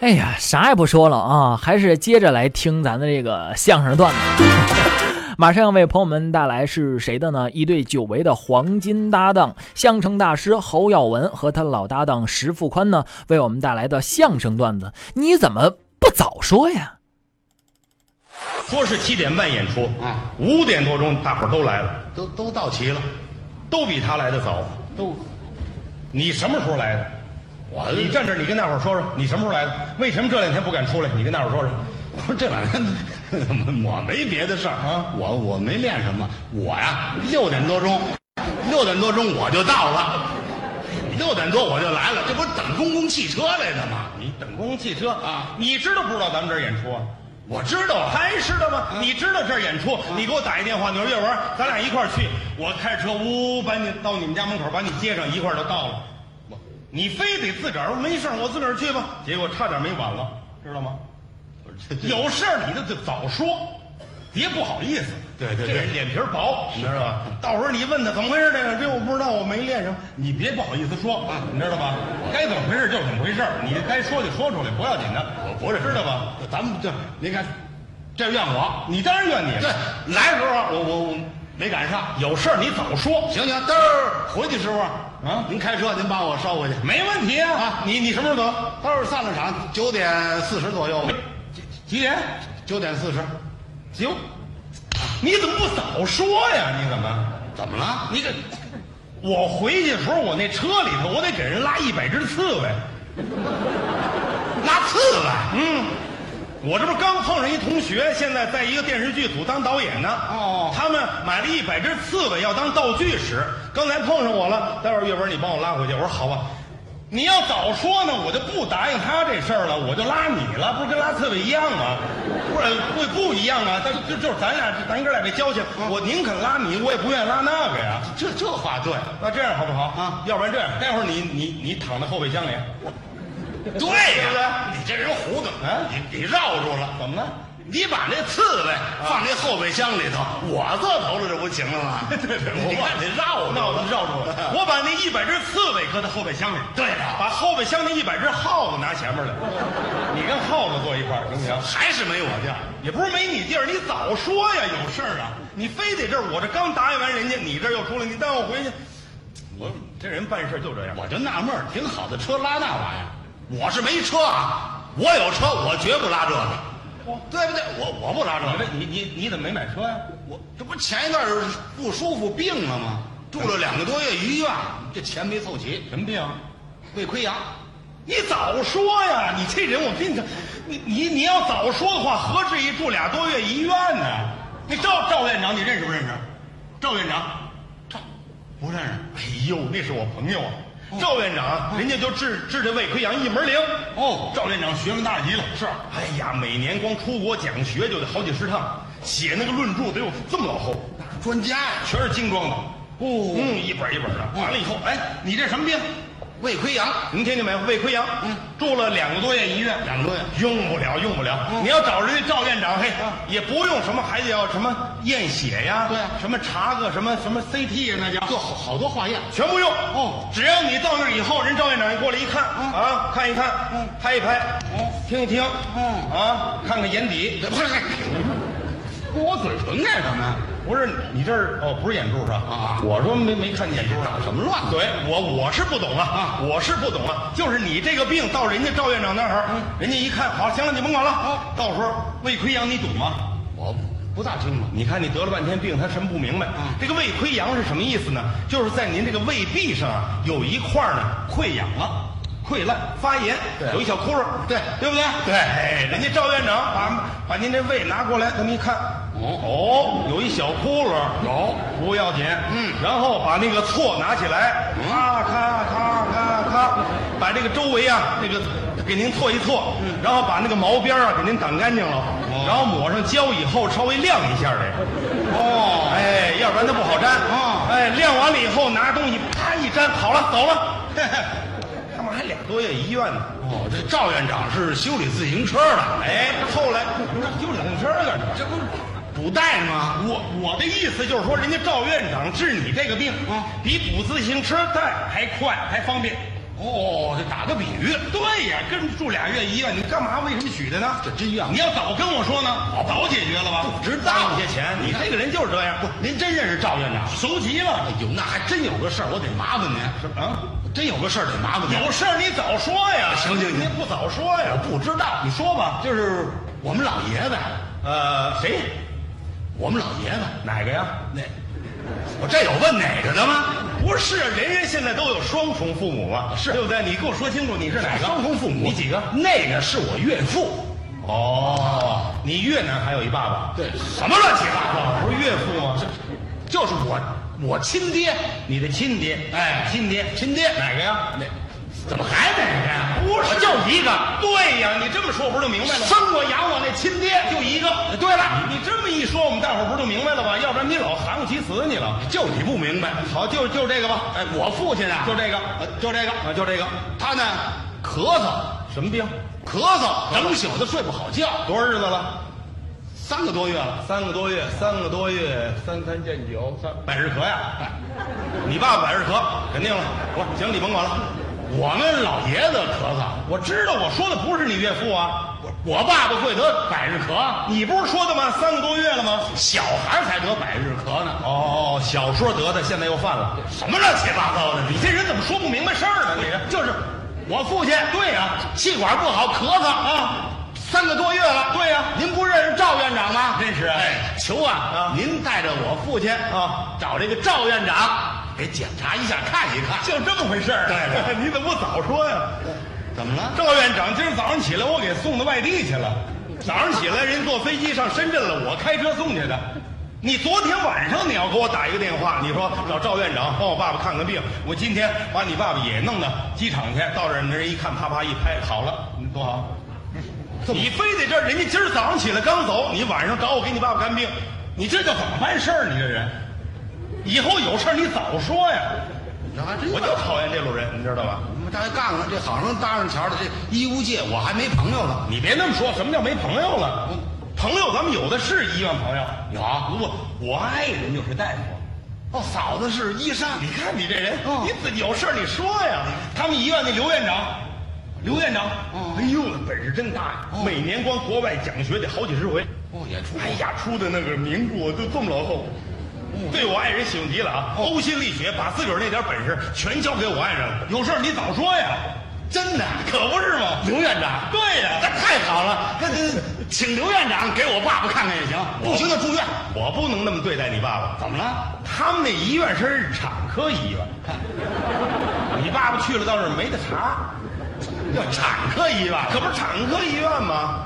Speaker 2: 哎呀，啥也不说了啊，还是接着来听咱的这个相声段子。 [laughs] 马上为朋友们带来是谁的呢？一对久违的黄金搭档，相声大师侯耀文和他老搭档石富宽呢，为我们带来的相声段子。你怎么不早说呀？
Speaker 9: 说是七点半演出，啊，五点多钟大伙儿都来了，都都到齐了，都比他来的早。都，你什么时候来的？我你站这儿，你跟大伙儿说说，你什么时候来的？为什么这两天不敢出来？你跟大伙儿说说。
Speaker 15: 我 [laughs] 说这玩意儿， [laughs] 我没别的事儿啊，我我没练什么，我呀六点多钟，六点多钟我就到了，六点多我就来了，这不是等公共汽车来的吗？
Speaker 9: 你等公共汽车啊？你知道不知道咱们这儿演出啊？我知
Speaker 15: 啊
Speaker 9: 道，还知道吗？你知道这儿演出，你给我打一电话，你说月文，咱俩一块儿去，我开着车呜呜把你到你们家门口，把你接上，一块儿就到了。我，你非得自个儿，我没事儿我自个儿去吧。结果差点没晚了，知道吗？ [laughs] 有事儿你就得早说，别不好意思。
Speaker 15: 对对啊
Speaker 9: 这
Speaker 15: 对
Speaker 9: 人脸皮儿薄，你知道吧？到时候你问他怎么回事，这个这我不知道，我没练什么，你别不好意思说，
Speaker 15: 嗯
Speaker 9: 你知道吧？该怎么回事就怎么回事，你该说就说出来，不要紧的。我
Speaker 15: 不是
Speaker 9: 知道吧？
Speaker 15: 咱们这您看，这怨我，
Speaker 9: 你当然怨你了。
Speaker 15: 对，来的时候我我我没赶上，
Speaker 9: 有事儿你早说。
Speaker 15: 行行，嘚儿回去时候啊，您开车您把我捎回去，
Speaker 9: 没问题啊。啊你你什么时候走？哦
Speaker 15: 到时候散了场，九点四十左右吧，
Speaker 9: 几点？
Speaker 15: 九点四十，
Speaker 9: 行。你怎么不早说呀？你怎么？
Speaker 15: 怎么了？
Speaker 9: 你这，我回去的时候，我那车里头，我得给人拉一百只刺猬。
Speaker 15: [laughs] 拉刺猬？
Speaker 9: 嗯，我这不是刚碰上一同学，现在在一个电视剧组当导演呢。哦，他们买了一百只刺猬要当道具使，刚才碰上我了。待会儿月文你帮我拉回去，我说好吧。啊你要早说呢，我就不答应他这事儿了，我就拉你了，不是跟拉刺猬一样吗？不是不不一样啊，但就就是咱俩咱哥俩这交情，我宁肯拉你，我也不愿意拉那个呀。
Speaker 15: 嗯这这话对，
Speaker 9: 那这样好不好啊？要不然这样，待会儿你你你躺在后备箱里，啊
Speaker 15: 对呀、你这人糊涂，你你绕住了，
Speaker 9: 啊怎么了？啊
Speaker 15: 你把那刺猬放那后备箱里头，我坐头了，这不行
Speaker 9: [laughs]
Speaker 15: 了吗？你看你绕
Speaker 9: 那我
Speaker 15: 着
Speaker 9: 就绕住了。我把那一百只刺猬搁在后备箱里，
Speaker 15: 对了
Speaker 9: 把后备箱那一百只耗子拿前面来，你跟耗子坐一块儿行不行？
Speaker 15: 还是没我地儿，
Speaker 9: 也不是没你地儿，你早说呀，有事儿啊，你非得这儿我这刚答应完人家，你这儿又出来，你耽误回去。我这人办事就这样，
Speaker 15: 我就纳闷儿，挺好的车拉那玩意儿，我是没车啊，我有车，我绝不拉这个，对不对？我我不拉这个，
Speaker 9: 哦你你你怎么没买车呀、
Speaker 15: 我这不前一段儿不舒服病了吗？住了两个多月医院，这钱没凑齐，
Speaker 9: 什么病？啊
Speaker 15: 胃溃疡。
Speaker 9: 你早说呀！你这人，我跟你说，你你你要早说的话，何至于住俩多月医院呢？那赵赵院长你认识不认识？赵院长，赵不认识。哎呦，那是我朋友啊。赵院长啊，人家就治治这胃溃疡一门灵。哦，赵院长学问大极了。是。哎呀，每年光出国讲学就得好几十趟，写那个论著得有这么老厚，
Speaker 15: 专家呀，
Speaker 9: 全是精装的。
Speaker 15: 哦
Speaker 9: 嗯，一本一本的。完了以后，哎，你这什么病？
Speaker 15: 胃溃疡，
Speaker 9: 您听见没有？胃溃疡，嗯，住了两个多月医院，
Speaker 15: 两个多月嗯
Speaker 9: 用不了，用不了。你要找人家赵院长，嘿，也不用什么，还得要什么验血呀，
Speaker 15: 对啊
Speaker 9: 什么查个什么什么 CT 呀，那叫
Speaker 15: 做好好多化验，
Speaker 9: 全不用。哦，只要你到那儿以后，人赵院长一过来一看，
Speaker 15: 嗯
Speaker 9: 啊，看一看，拍一拍，听一听，啊，看看眼底，
Speaker 15: 嗯不是，我嘴唇干什么呀？
Speaker 9: 不是你这儿哦，不是眼珠是吧？
Speaker 15: 啊
Speaker 9: 我说没没看见眼珠啊，
Speaker 15: 什么乱
Speaker 9: 对，我我是不懂啊，我是不懂啊，就是你这个病到人家赵嗯院长那儿，人家一看，好，行了，你甭管了，到时候胃溃疡你懂吗？
Speaker 15: 我
Speaker 9: 不大啊精嘛。你看你得了半天病，他什么不明白？这个胃溃疡是什么意思呢？就是在您这个胃壁上啊，有一块儿呢溃疡了。溃烂发炎，有一小窟窿，对对不对？对，人家赵院长把把您这胃拿过来，咱们一看，哦，有一小窟窿，有，不要紧，嗯，然后把那个锉拿起来，咔咔咔咔咔，把这个周围啊，这个给您锉一锉，然后把那个毛边啊给您掸干净了，然后抹上胶以后稍微晾一下这个，哦，哎，要不然它不好粘，啊，哎，晾完了以后拿东西啪一粘，好了，走 [laughs] 了。干嘛还俩多月医院呢？哦，这赵院长是修理自行车的。哎，后来修理自行车干什么？这不是补带吗？我我的意思就是说，人家赵院长治你这个病啊，比补自行车带还快还方便。哦，这打个比喻，对呀，跟住俩月医院，你干嘛为什么许的呢？这真冤！你要早跟我说呢，早解决了吧？不值当你些钱，你这个人就是这样。不，您真认识赵院长？熟极了。哎呦，那还真有个事儿，我得麻烦您。是啊，真有个事儿得麻烦您。有事儿你早说呀！行行行，您不早说呀？不知道，你说吧。就是我们老爷子，呃，谁？我们老爷子哪个呀？那我这有问哪个的吗？不是，人人现在都有双重父母啊，是对不对？你给我说清楚，你是哪个？双重父母，你几个？那个是我岳父。哦，你越南还有一爸爸？对，什么乱七八糟？不是岳父吗？这就是我，我亲爹，你的亲爹，哎，亲爹，亲爹，哪个呀？那怎么还哪个呀？不是，啊就一个。对呀，你这么说不是就明白了吗？生我养我那亲爹就一个。对了，你这么一说，我们大伙儿不是就明白了吗？要不然你老含糊其辞你了。就你不明白。好，就就这个吧。哎，我父亲啊，就这个，呃就这个，啊，就这个。他呢，咳嗽，什么病？咳嗽，整宿的睡不好觉。多少日子了？三个多月了，三个多月，三个多月，三三见九，三百日咳呀、 [laughs] 哎你爸爸百日咳，肯定了。我行，你甭管了。我们老爷子咳嗽，我知道，我说的不是你岳父啊。我我爸爸会得百日咳，你不是说的吗？三个多月了吗？小孩才得百日咳呢。哦，小时候得的，现在又犯了，什么乱七八糟的？你这人怎么说不明白事儿呢？你这就是我父亲，对呀、气管不好，咳嗽啊。三个多月了，对呀、您不认识赵院长吗？认识，哎，求啊，您带着我父亲啊，找这个赵院长给检查一下，看一看，就这么回事儿。对 [laughs] 你怎么不早说呀？怎么了？赵院长今儿早上起来，我给送到外地去了。早上起来，人坐飞机上深圳了，我开车送去的。你昨天晚上你要给我打一个电话，你说找赵院长帮我爸爸看看病，我今天把你爸爸也弄到机场去，到这儿那人一看，啪啪一拍，好了，你多好。 [laughs] 你非得这儿，人家今儿早上起来刚走，你晚上找我给你爸爸看病，你这叫怎么办事儿？你这人，以后有事儿你早说呀！我就讨厌这路人，你知道吧？
Speaker 6: 大家干了，这好容易搭上桥了，这医务界我还没朋友呢。嗯
Speaker 9: 你别那么说，什么叫没朋友了？朋友咱们有的是医院朋友，有
Speaker 6: 啊
Speaker 9: 我我爱人就是大夫。哦，嫂子是医生。你看你这人，
Speaker 6: 哦
Speaker 9: 你自己有事儿你说
Speaker 6: 嗯
Speaker 9: 呀。他们医院那刘院长，刘院长，
Speaker 6: 哦
Speaker 9: 哎呦，那本事真大呀！每年光国外讲学得好几十回。
Speaker 8: Oh,
Speaker 9: 哦，也出。哎呀，出的那个名著都这么老厚。对我爱人喜欢极了啊，呕心沥血把自个儿那点本事全交给我爱人了。有事儿你早说呀，真的可不是吗？
Speaker 6: 刘院长，
Speaker 9: 对呀，
Speaker 6: 那太好了，那那请刘院长给我爸爸看看也行，不行就住院。
Speaker 9: 哦我不能那么对待你爸爸。怎么了？他们那医院是日产科医 [laughs] 院，你爸爸去了倒是没得查，叫产科医院，可不是产科医院吗？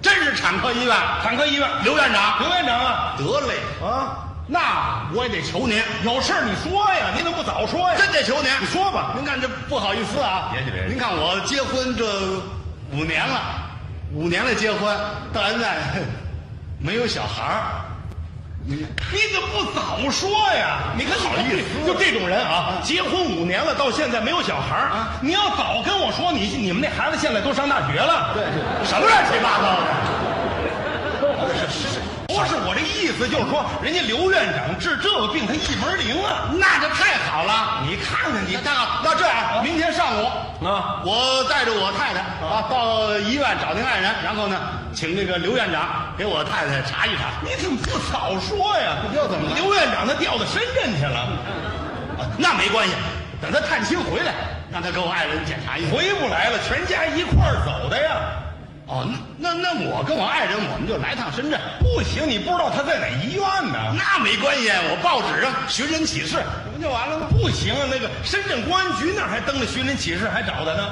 Speaker 9: 真是产科医院，产科医院，刘院长，刘院长啊，得嘞啊，那我也得求您，有事儿你说呀，您怎么不早说呀？真得求您，你说吧。您看这不好意思啊，别介别介。您看我结婚这五年了，五年了结婚到现在没有小孩儿。你你怎么不早说呀？你看，好意思，就这种人啊，结婚五年了，到现在没有小孩儿你要早跟我说，你你们那孩子现在都上大学了，对，什么乱七八糟的？不是我这意思，就是说，人家刘院长治这个病，他一门灵啊，那就太好了。你看看你，那那这样，明天上午啊，我带着我太太啊到医院找您爱人，然后呢，请那个刘院长给我太太查一查。你怎么不早说呀？又怎么了？刘院长他调到深圳去了，啊，那没关系，等他探亲回来，让他给我爱人检查一下。回不来了，全家一块儿走的呀。
Speaker 15: 哦，那那那我跟我爱人，我们就来趟深圳。
Speaker 9: 不行，你不知道他在哪医院呢。
Speaker 15: 那没关系，我报纸上寻人启事，
Speaker 9: 这不就完了吗？不行，啊那个深圳公安局那儿还登着寻人启事，还找他呢，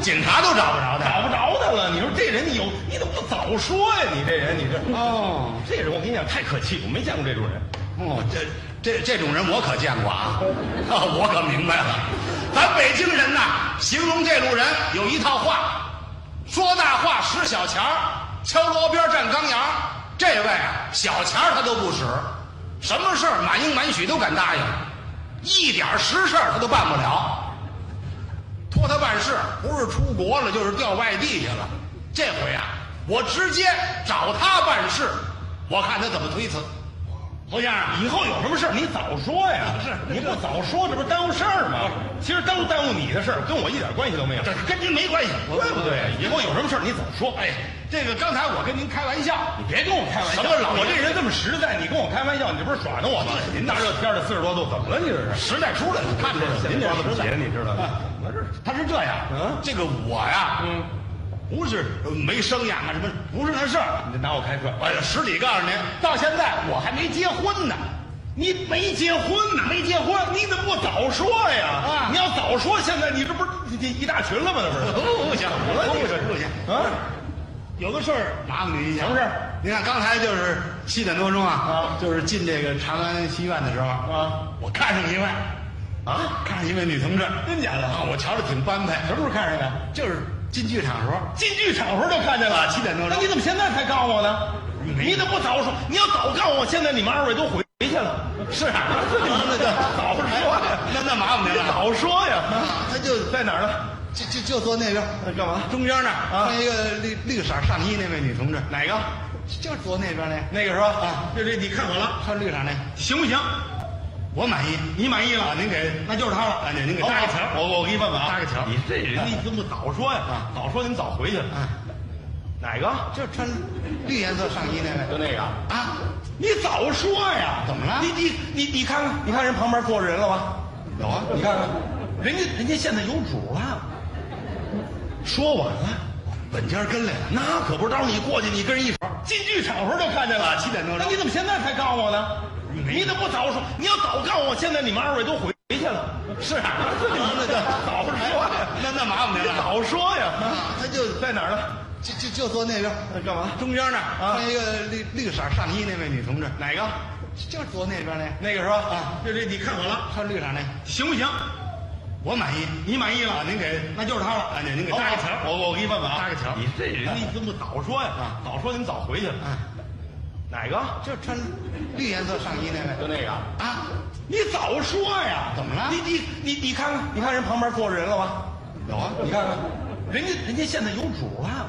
Speaker 15: 警察都找不着他，
Speaker 9: 找不着他了。你说这人你有，你怎么不早说呀？你这人，你这
Speaker 15: 哦，
Speaker 9: 这人我跟你讲太可气，我没见过这种人。
Speaker 15: 哦，这这这种人我可见过啊， [laughs] 啊我可明白了。咱北京人呐，形容这路人有一套话，说大话使小钱儿，敲锣边站钢牙。这位啊，小钱儿他都不使，什么事儿满应满许都敢答应，一点儿实事儿他都办不了。托他办事，不是出国了，就是调外地去了。这回啊，我直接找他办事，我看他怎么推辞。侯先生，
Speaker 9: 以后有什么事儿你早说呀！
Speaker 15: 是
Speaker 9: 你不早说，这不是耽误事儿吗？其实耽误耽误你的事儿，跟我一点关系都没有，
Speaker 15: 这是跟您没关系，我
Speaker 9: 对不对？以后有什么事儿你早说。
Speaker 15: 哎，这个刚才我跟您开玩笑，
Speaker 9: 你别跟我开玩
Speaker 15: 什
Speaker 9: 笑，
Speaker 15: 么老爷
Speaker 9: 我这人这么实在，你跟我开玩笑，你这不是耍弄我吗？
Speaker 15: 对
Speaker 9: 您大热天的四十多度，怎么了？你这是
Speaker 15: 实在出来了，看着了，您
Speaker 9: 您
Speaker 15: 这
Speaker 9: 这
Speaker 15: 是
Speaker 9: 是
Speaker 15: 实在
Speaker 9: 你知道吗？我这
Speaker 15: 他是这样，
Speaker 9: 嗯
Speaker 15: 这个我呀，嗯，不是呃没生养啊，什么不是那事儿。
Speaker 9: 你这拿我开涮。
Speaker 15: 哎呀，实底告诉您，到现在我还没结婚呢。
Speaker 9: 你没结婚呢？没结婚，你怎么不早说呀？
Speaker 15: 啊
Speaker 9: 你要早说，现在你这不是这一大群了吗？这
Speaker 15: 不 [laughs]
Speaker 9: 不是？
Speaker 15: 不行，不行，不行，
Speaker 9: 啊，
Speaker 15: 有个事儿麻烦您一下。
Speaker 9: 什么事儿？
Speaker 15: 您看刚才就是七点多钟啊，就是进这个长安戏院的时候
Speaker 9: 啊，
Speaker 15: 我看上一位，
Speaker 9: 啊，
Speaker 15: 看上一位女同志，
Speaker 9: 真假的
Speaker 15: 啊，我瞧着挺般配。
Speaker 9: 什么时候看上的？
Speaker 15: 就是进剧场时候，
Speaker 9: 进剧场时候就看见
Speaker 15: 啊
Speaker 9: 了，
Speaker 15: 七点多钟
Speaker 9: 那你怎么现在才告诉我呢？你怎么不早说？你要早告诉我，现在你们二位都回去了。
Speaker 15: 是
Speaker 9: [laughs]
Speaker 15: 啊，哎那就
Speaker 9: 早说呀
Speaker 15: 那那麻烦您
Speaker 9: 你
Speaker 15: 了。啊
Speaker 9: 早说呀！
Speaker 15: 他就
Speaker 9: 在哪儿呢？
Speaker 15: 就就就坐那边，
Speaker 9: 干嘛？
Speaker 15: 中间那儿
Speaker 9: 啊
Speaker 15: 穿一个绿绿色上衣那位女同志，
Speaker 9: 哪个？
Speaker 15: 就坐那边那，
Speaker 9: 那个是吧？
Speaker 15: 啊
Speaker 9: 这这你看好了，
Speaker 15: 穿绿色那，
Speaker 9: 行不行？
Speaker 15: 我满意。
Speaker 9: 你满意了？
Speaker 15: 啊您给
Speaker 9: 那就是他了。
Speaker 15: 啊您您给
Speaker 9: 好
Speaker 15: 搭个桥
Speaker 9: 好我我给你问问啊，
Speaker 15: 搭个桥啊
Speaker 9: 你这人你怎么早说呀？早说您早回去了。哪个？
Speaker 15: 就穿绿颜色上衣那位
Speaker 9: 那个。
Speaker 15: 啊，
Speaker 9: 你早说呀！
Speaker 15: 怎么了
Speaker 9: 你你你你看看，你看人旁边坐着人了吧？
Speaker 15: 有啊，
Speaker 9: 你看看，人家人家现在有主了，说晚了，
Speaker 15: 本家跟来了。
Speaker 9: 那可不是。到时候你过去，你跟人一说，进剧场时候就看见了，
Speaker 15: 七点多
Speaker 9: 那
Speaker 15: 钟
Speaker 9: 你怎么现在才告诉我呢？你怎么不早说？你要早告诉我，现在你们二位都回去了。
Speaker 15: 是
Speaker 9: [laughs]
Speaker 15: 啊，
Speaker 9: 那
Speaker 15: 那
Speaker 9: 就
Speaker 15: 就
Speaker 9: 早说呀
Speaker 15: 那那麻烦您
Speaker 9: 你
Speaker 15: 了。啊
Speaker 9: 早说呀！
Speaker 15: 他就
Speaker 9: 在哪儿呢？
Speaker 15: 就就就坐那边，
Speaker 9: 干嘛？
Speaker 15: 中间那儿
Speaker 9: 啊
Speaker 15: 穿一个绿绿色上衣那位女同志，
Speaker 9: 哪个？
Speaker 15: 就坐那边那，
Speaker 9: 那个是吧？
Speaker 15: 啊
Speaker 9: 这这你看好了，
Speaker 15: 穿绿色那，
Speaker 9: 行不行？
Speaker 15: 我满意。
Speaker 9: 你满意了？
Speaker 15: 啊您给
Speaker 9: 那就是他了。
Speaker 15: 啊您您给
Speaker 9: 好
Speaker 15: 搭个
Speaker 9: 好
Speaker 15: 桥
Speaker 9: 我我给你问问啊，
Speaker 15: 搭个桥
Speaker 9: 你这人你怎么早说
Speaker 15: 啊
Speaker 9: 呀？早说您早回去了。哪个？
Speaker 15: 就穿绿颜色上衣那位
Speaker 9: 那个。
Speaker 15: 啊，
Speaker 9: 你早说呀！
Speaker 15: 怎么了
Speaker 9: 你你你你看看，你看人旁边坐着人了吧？
Speaker 15: 有啊，
Speaker 9: 你看看，人家人家现在有主啊了，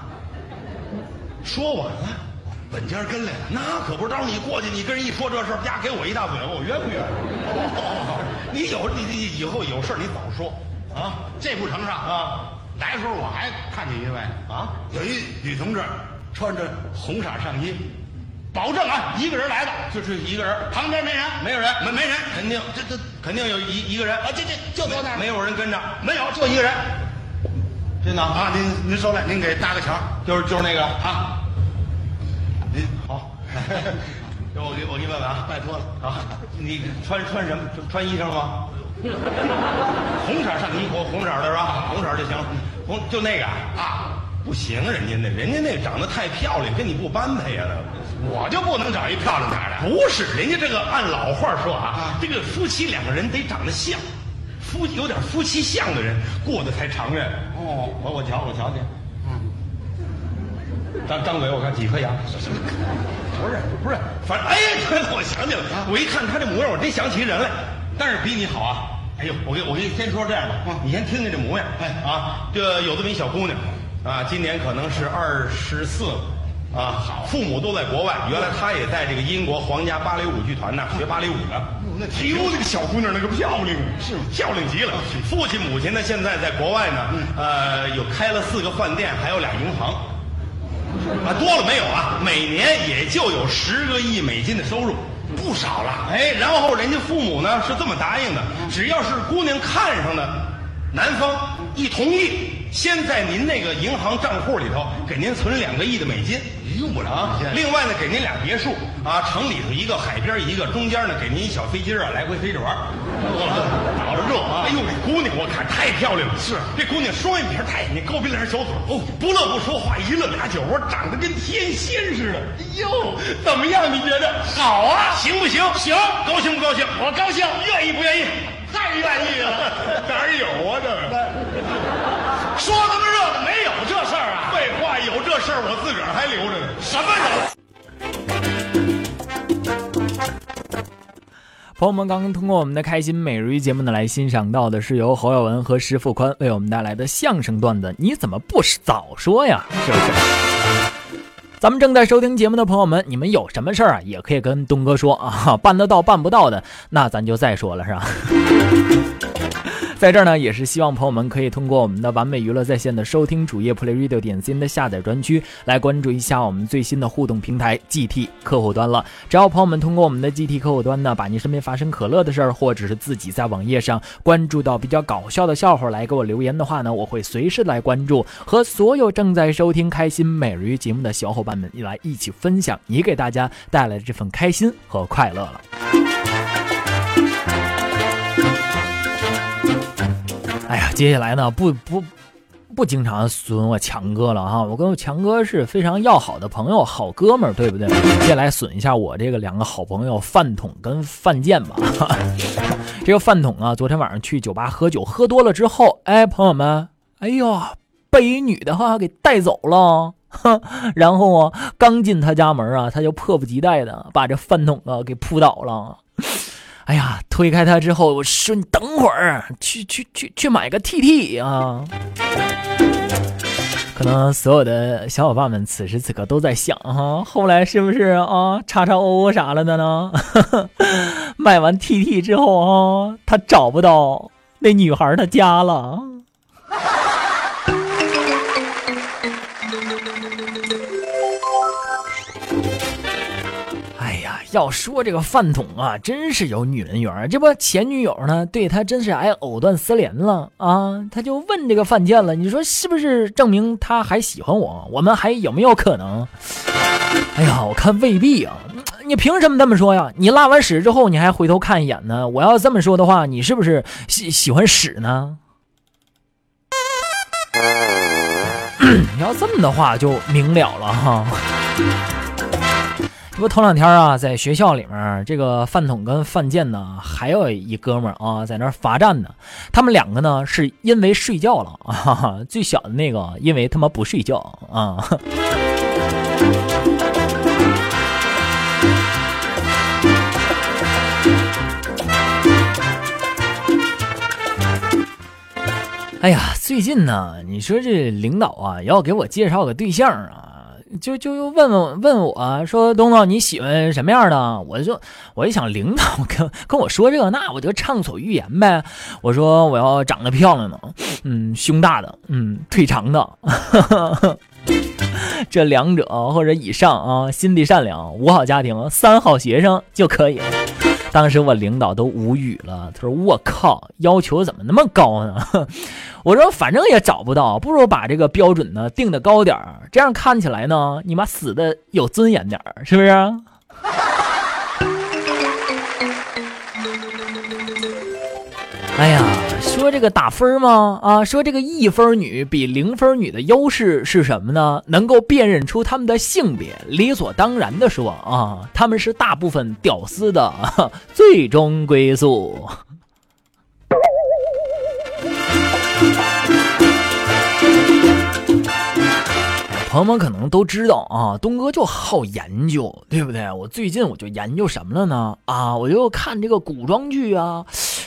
Speaker 9: 说晚了，
Speaker 15: 本家跟来了。
Speaker 9: 那可不是。到时候你过去，你跟人一说这事儿，啪给我一大嘴巴，我冤不冤？ [laughs] 你有你你以后有事儿你早说啊！
Speaker 15: 这不成上
Speaker 9: 啊！
Speaker 15: 来的时候我还看见一位
Speaker 9: 啊，
Speaker 15: 有一女同志穿着红色上衣，保证啊，一个人来的，
Speaker 9: 就是一个人儿，
Speaker 15: 旁边没人，
Speaker 9: 没有人
Speaker 15: 没没人，
Speaker 9: 肯定
Speaker 15: 这这
Speaker 9: 肯定有一一个人
Speaker 15: 啊，这这就坐那儿，
Speaker 9: 没有人跟着，
Speaker 15: 没有，就一个人
Speaker 9: 真的
Speaker 15: 啊。您您受累，您给搭个桥
Speaker 9: 就是就是那个
Speaker 15: 啊。您
Speaker 9: 好， [laughs] 我给我给你问问啊，
Speaker 15: 拜托了
Speaker 9: 啊，你穿穿什么？穿衣裳吗？红色上衣，我红色的是吧？红色就行了，红就那个
Speaker 15: 啊，
Speaker 9: 不行，人家那人家那长得太漂亮，跟你不般配呀、
Speaker 15: 我就不能找一漂亮点儿的。
Speaker 9: 不是，人家这个按老话说
Speaker 15: 啊，
Speaker 9: 啊这个夫妻两个人得长得像，夫有点夫妻相的人过得才长远。
Speaker 15: 哦，
Speaker 9: 我我瞧我瞧去，
Speaker 15: 嗯，
Speaker 9: 张张嘴我看几颗牙。
Speaker 15: 不是
Speaker 9: 不是，反正哎，对了，我想起来了，我一看他这模样，我真想起人来。但是比你好啊！哎呦，我给我给你先说这样吧，
Speaker 15: 嗯
Speaker 9: 你先听听这模样，
Speaker 15: 哎
Speaker 9: 啊，这有这么一小姑娘，啊，今年可能是二十四了。啊，好，父母都在国外。原来她也在这个英国皇家芭蕾舞剧团呢，学芭蕾舞呢。
Speaker 15: 那
Speaker 9: 哎呦，那个小姑娘那个漂亮，
Speaker 15: 是吗
Speaker 9: 漂亮极了。父亲母亲呢，现在在国外呢，呃，有开了四个饭店，还有俩银行。啊，多了没有啊？每年也就有十个亿美金的收入，不少了。哎，然后人家父母呢是这么答应的：只要是姑娘看上的，男方一同意，先在您那个银行账户里头给您存两个亿的美金，用不着啊。另外呢，给您俩别墅啊，城里头一个，海边一个，中间呢给您一小飞机啊，来回飞着玩儿。打着这啊！哎呦，这姑娘我看太漂亮了，是这姑娘双眼皮儿大眼睛，高鼻梁小嘴儿，哦，不乐不说话，一乐俩酒窝，长得跟天仙似的。哎呦，怎么样？你觉得好啊？行不行？行，高兴不高兴？我高兴，愿意不愿意？太愿意了， [laughs] 哪儿有啊？这说他妈热的没有这事儿啊？废话，有这事儿我自个儿还留着呢。什么人？
Speaker 2: 朋友们，刚刚通过我们的开心每日一节目呢，来欣赏到的是由侯耀文和石富宽为我们带来的相声段子。你怎么不早说呀？是不是？咱们正在收听节目的朋友们，你们有什么事儿啊，也可以跟东哥说啊，办得到办不到的，那咱就再说了，是吧？在这儿呢，也是希望朋友们可以通过我们的完美娱乐在线的收听主页 playradio 点 cn 的下载专区来关注一下我们最新的互动平台 GT 客户端了。只要朋友们通过我们的 GT 客户端呢，把您身边发生可乐的事儿，或者是自己在网页上关注到比较搞笑的笑话来给我留言的话呢，我会随时来关注，和所有正在收听开心每日一节目的小伙伴们来一起分享你给大家带来的这份开心和快乐了。哎呀，接下来呢，不不不经常损我强哥了哈，我跟我强哥是非常要好的朋友，好哥们儿，对不对？接下来损一下我这个两个好朋友饭桶跟范建吧。 [laughs] 这个饭桶啊，昨天晚上去酒吧喝酒，喝多了之后，哎，朋友们，哎呦，被一女的哈给带走了。 [laughs] 哼，然后啊，刚进他家门啊，他就迫不及待的把这饭桶啊给扑倒了。哎呀，推开他之后，我说你等会儿，去去去去买个 TT 啊！可能所有的小伙伴们此时此刻都在想哈、后来是不是啊叉叉 O O 啥了的呢？ [laughs] 卖完 TT 之后啊，他找不到那女孩她家了。哎呀，要说这个饭桶啊，真是有女人缘儿。这不前女友呢，对他真是还藕断丝连了啊。他就问这个范建了，你说是不是证明他还喜欢我？我们还有没有可能？哎呀，我看未必啊。你凭什么这么说呀？你拉完屎之后，你还回头看一眼呢？我要这么说的话，你是不是喜喜欢屎呢？你要这么的话，就明了了哈。这不头两天啊，在学校里面，这个饭桶跟范建呢，还有一哥们儿啊，在那儿罚站呢。他们两个呢，是因为睡觉了啊，最小的那个因为他妈不睡觉啊。哎呀，最近呢，你说这领导啊，要给我介绍个对象啊，就就又问问问我、啊说，东东你喜欢什么样的？我就我一想，领导跟跟我说这个，那我就畅所欲言呗。我说我要长得漂亮的，嗯，胸大的，嗯，腿长的， [laughs] 这两者或者以上啊，心地善良，五好家庭，三好学生就可以了。当时我领导都无语了，他说：“我靠，要求怎么那么高呢？”我说：“反正也找不到，不如把这个标准呢定的高点儿，这样看起来呢，你妈死的有尊严点儿，是不是？”啊 [laughs] 哎呀，说这个打分吗？啊，说这个一分女比零分女的优势是什么呢？能够辨认出她们的性别。理所当然的说啊，她们是大部分屌丝的 [laughs] 啊最终归宿。朋友们可能都知道啊，东哥就好研究，对不对？我最近我就研究什么了呢？啊，我就看这个古装剧啊，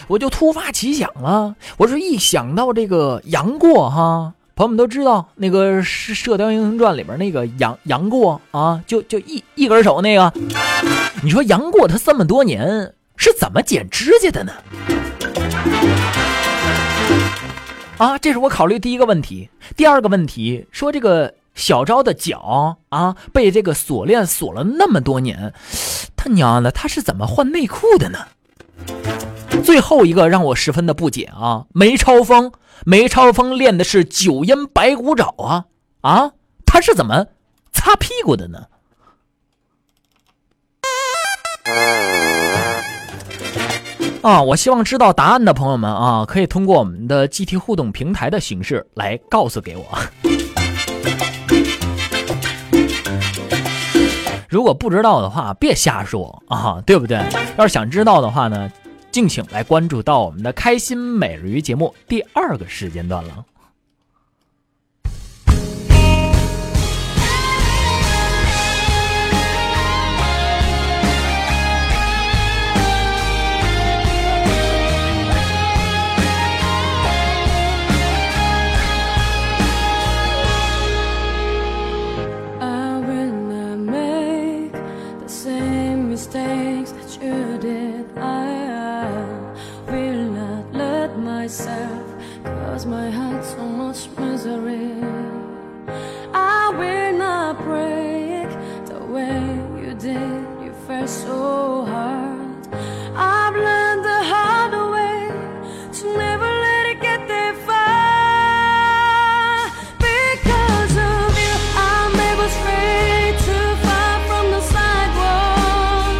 Speaker 2: 我就突发奇想了，我是一想到这个杨过哈。朋友们都知道那个《射射雕英雄传》里边那个杨杨过啊，就就一一根手那个，你说杨过他这么多年是怎么剪指甲的呢？啊，这是我考虑第一个问题。第二个问题，说这个小昭的脚啊，被这个锁链锁了那么多年，他娘的，他是怎么换内裤的呢？最后一个让我十分的不解啊，梅超风，梅超风练的是九阴白骨爪啊啊，他是怎么擦屁股的呢？啊，我希望知道答案的朋友们啊，可以通过我们的 GT 互动平台的形式来告诉给我。 [laughs] 如果不知道的话，别瞎说啊，对不对？要是想知道的话呢，敬请来关注到我们的《开心每日鱼》节目第二个时间段了。
Speaker 16: I will not make the same mistakes that you did. I I will not let myself cause my heart so much misery. I will not break the way you did. You fell so hard. I've learned the hard way to never let it get that far. Because of you, I'm able straight too far from the sidewalk.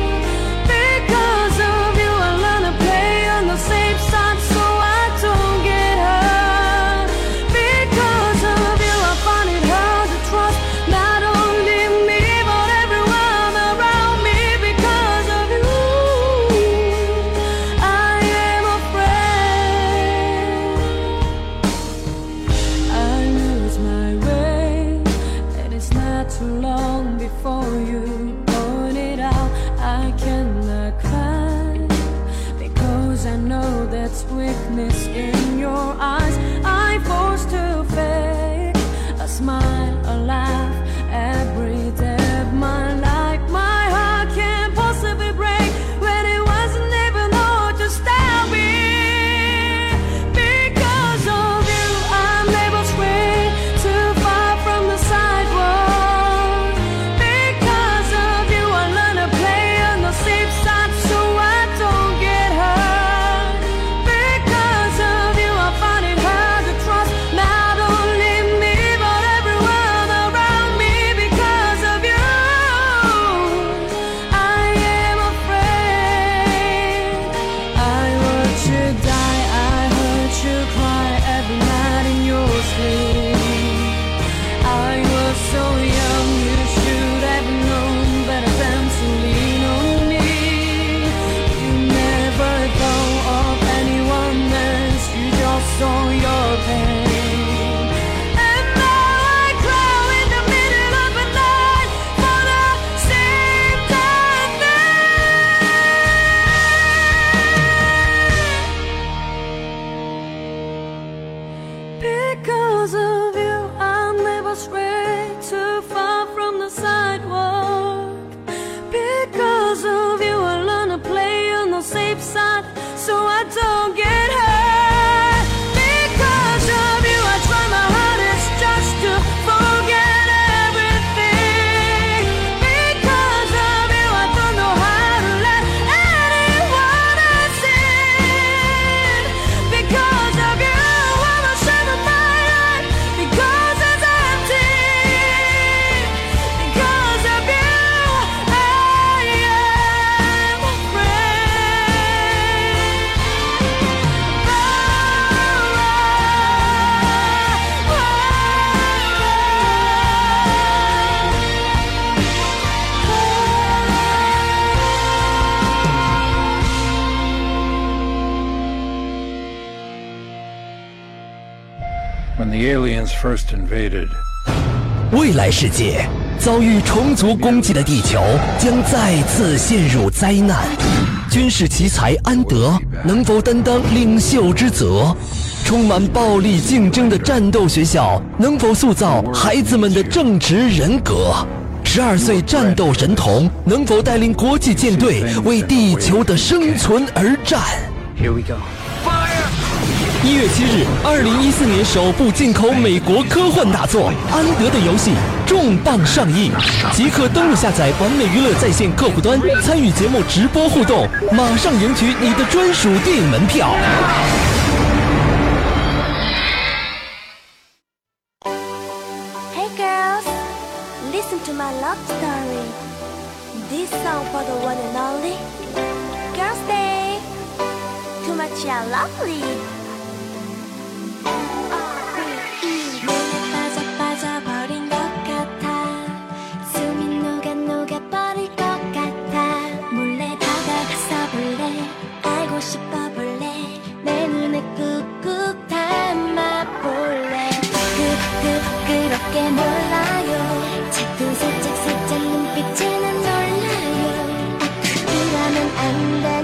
Speaker 16: Because of you, I learn to play on the safe side so I don't get hurt. Because of you, I find it hard to trust not only me but everyone around me. Because of you, I am afraid. I lose my way. It is not too long before you point it out. I cannot cry because I know that's weakness in your eyes. I'm forced to fake a smile, a laugh every day of my life. My heart can't possibly break when it wasn't even hard to stop me. Because of you, I'm able to sway too far from the sidewalk. Because of you, I learn to play on the safe side so I don't get hurt. Because of you, I find it hard to trust not only me but everyone around me. Because of you, I am afraid. I watch you die, I heard you cry every night in your sleep. I was so young, you should have known better than to lean on me. You never thought of anyone else, you just saw your pain. And now I cry in the middle of the night for the same damn thing. Because of you, I'm never strayed too far from the sidewalk. Because of you, I learn to play on the safe side so I don't get hurt. Because of you, I try my hardest just to forget everything. Because of you, I don't know how to let anyone else in. Because of you, I'm ashamed of my life. Because it's empty. Because of you, I am
Speaker 17: When the aliens first invaded,
Speaker 1: 未来世界遭遇虫族攻击的地球将再次陷入灾难。军事奇才安德能否担当领袖之责？充满暴力竞争的战斗学校能否塑造孩子们的正直人格？十二岁战斗神童能否带领国际舰队为地球的生存而战？
Speaker 17: here we go.
Speaker 1: 一月七日，二零一四年首部进口美国科幻大作《安德的游戏》
Speaker 10: 重磅上映！即刻登录下载完美娱乐在线客户端，参与节目直播互动，哦马上赢取你的专属电影门票。
Speaker 18: Hey girls, listen to my love story. This song for the one and only Girls Day. Too much you are lovely.
Speaker 19: 빠져 버린 것 같아 숨이 녹아 녹아 버릴 것 같아 몰래 다가가서 볼래 알고 싶어 볼래 내 눈에 꾹꾹 담아 볼래 그 그그렇게 몰라요 자꾸 살짝 살짝 눈빛이 난 놀라요 아 그러면 안돼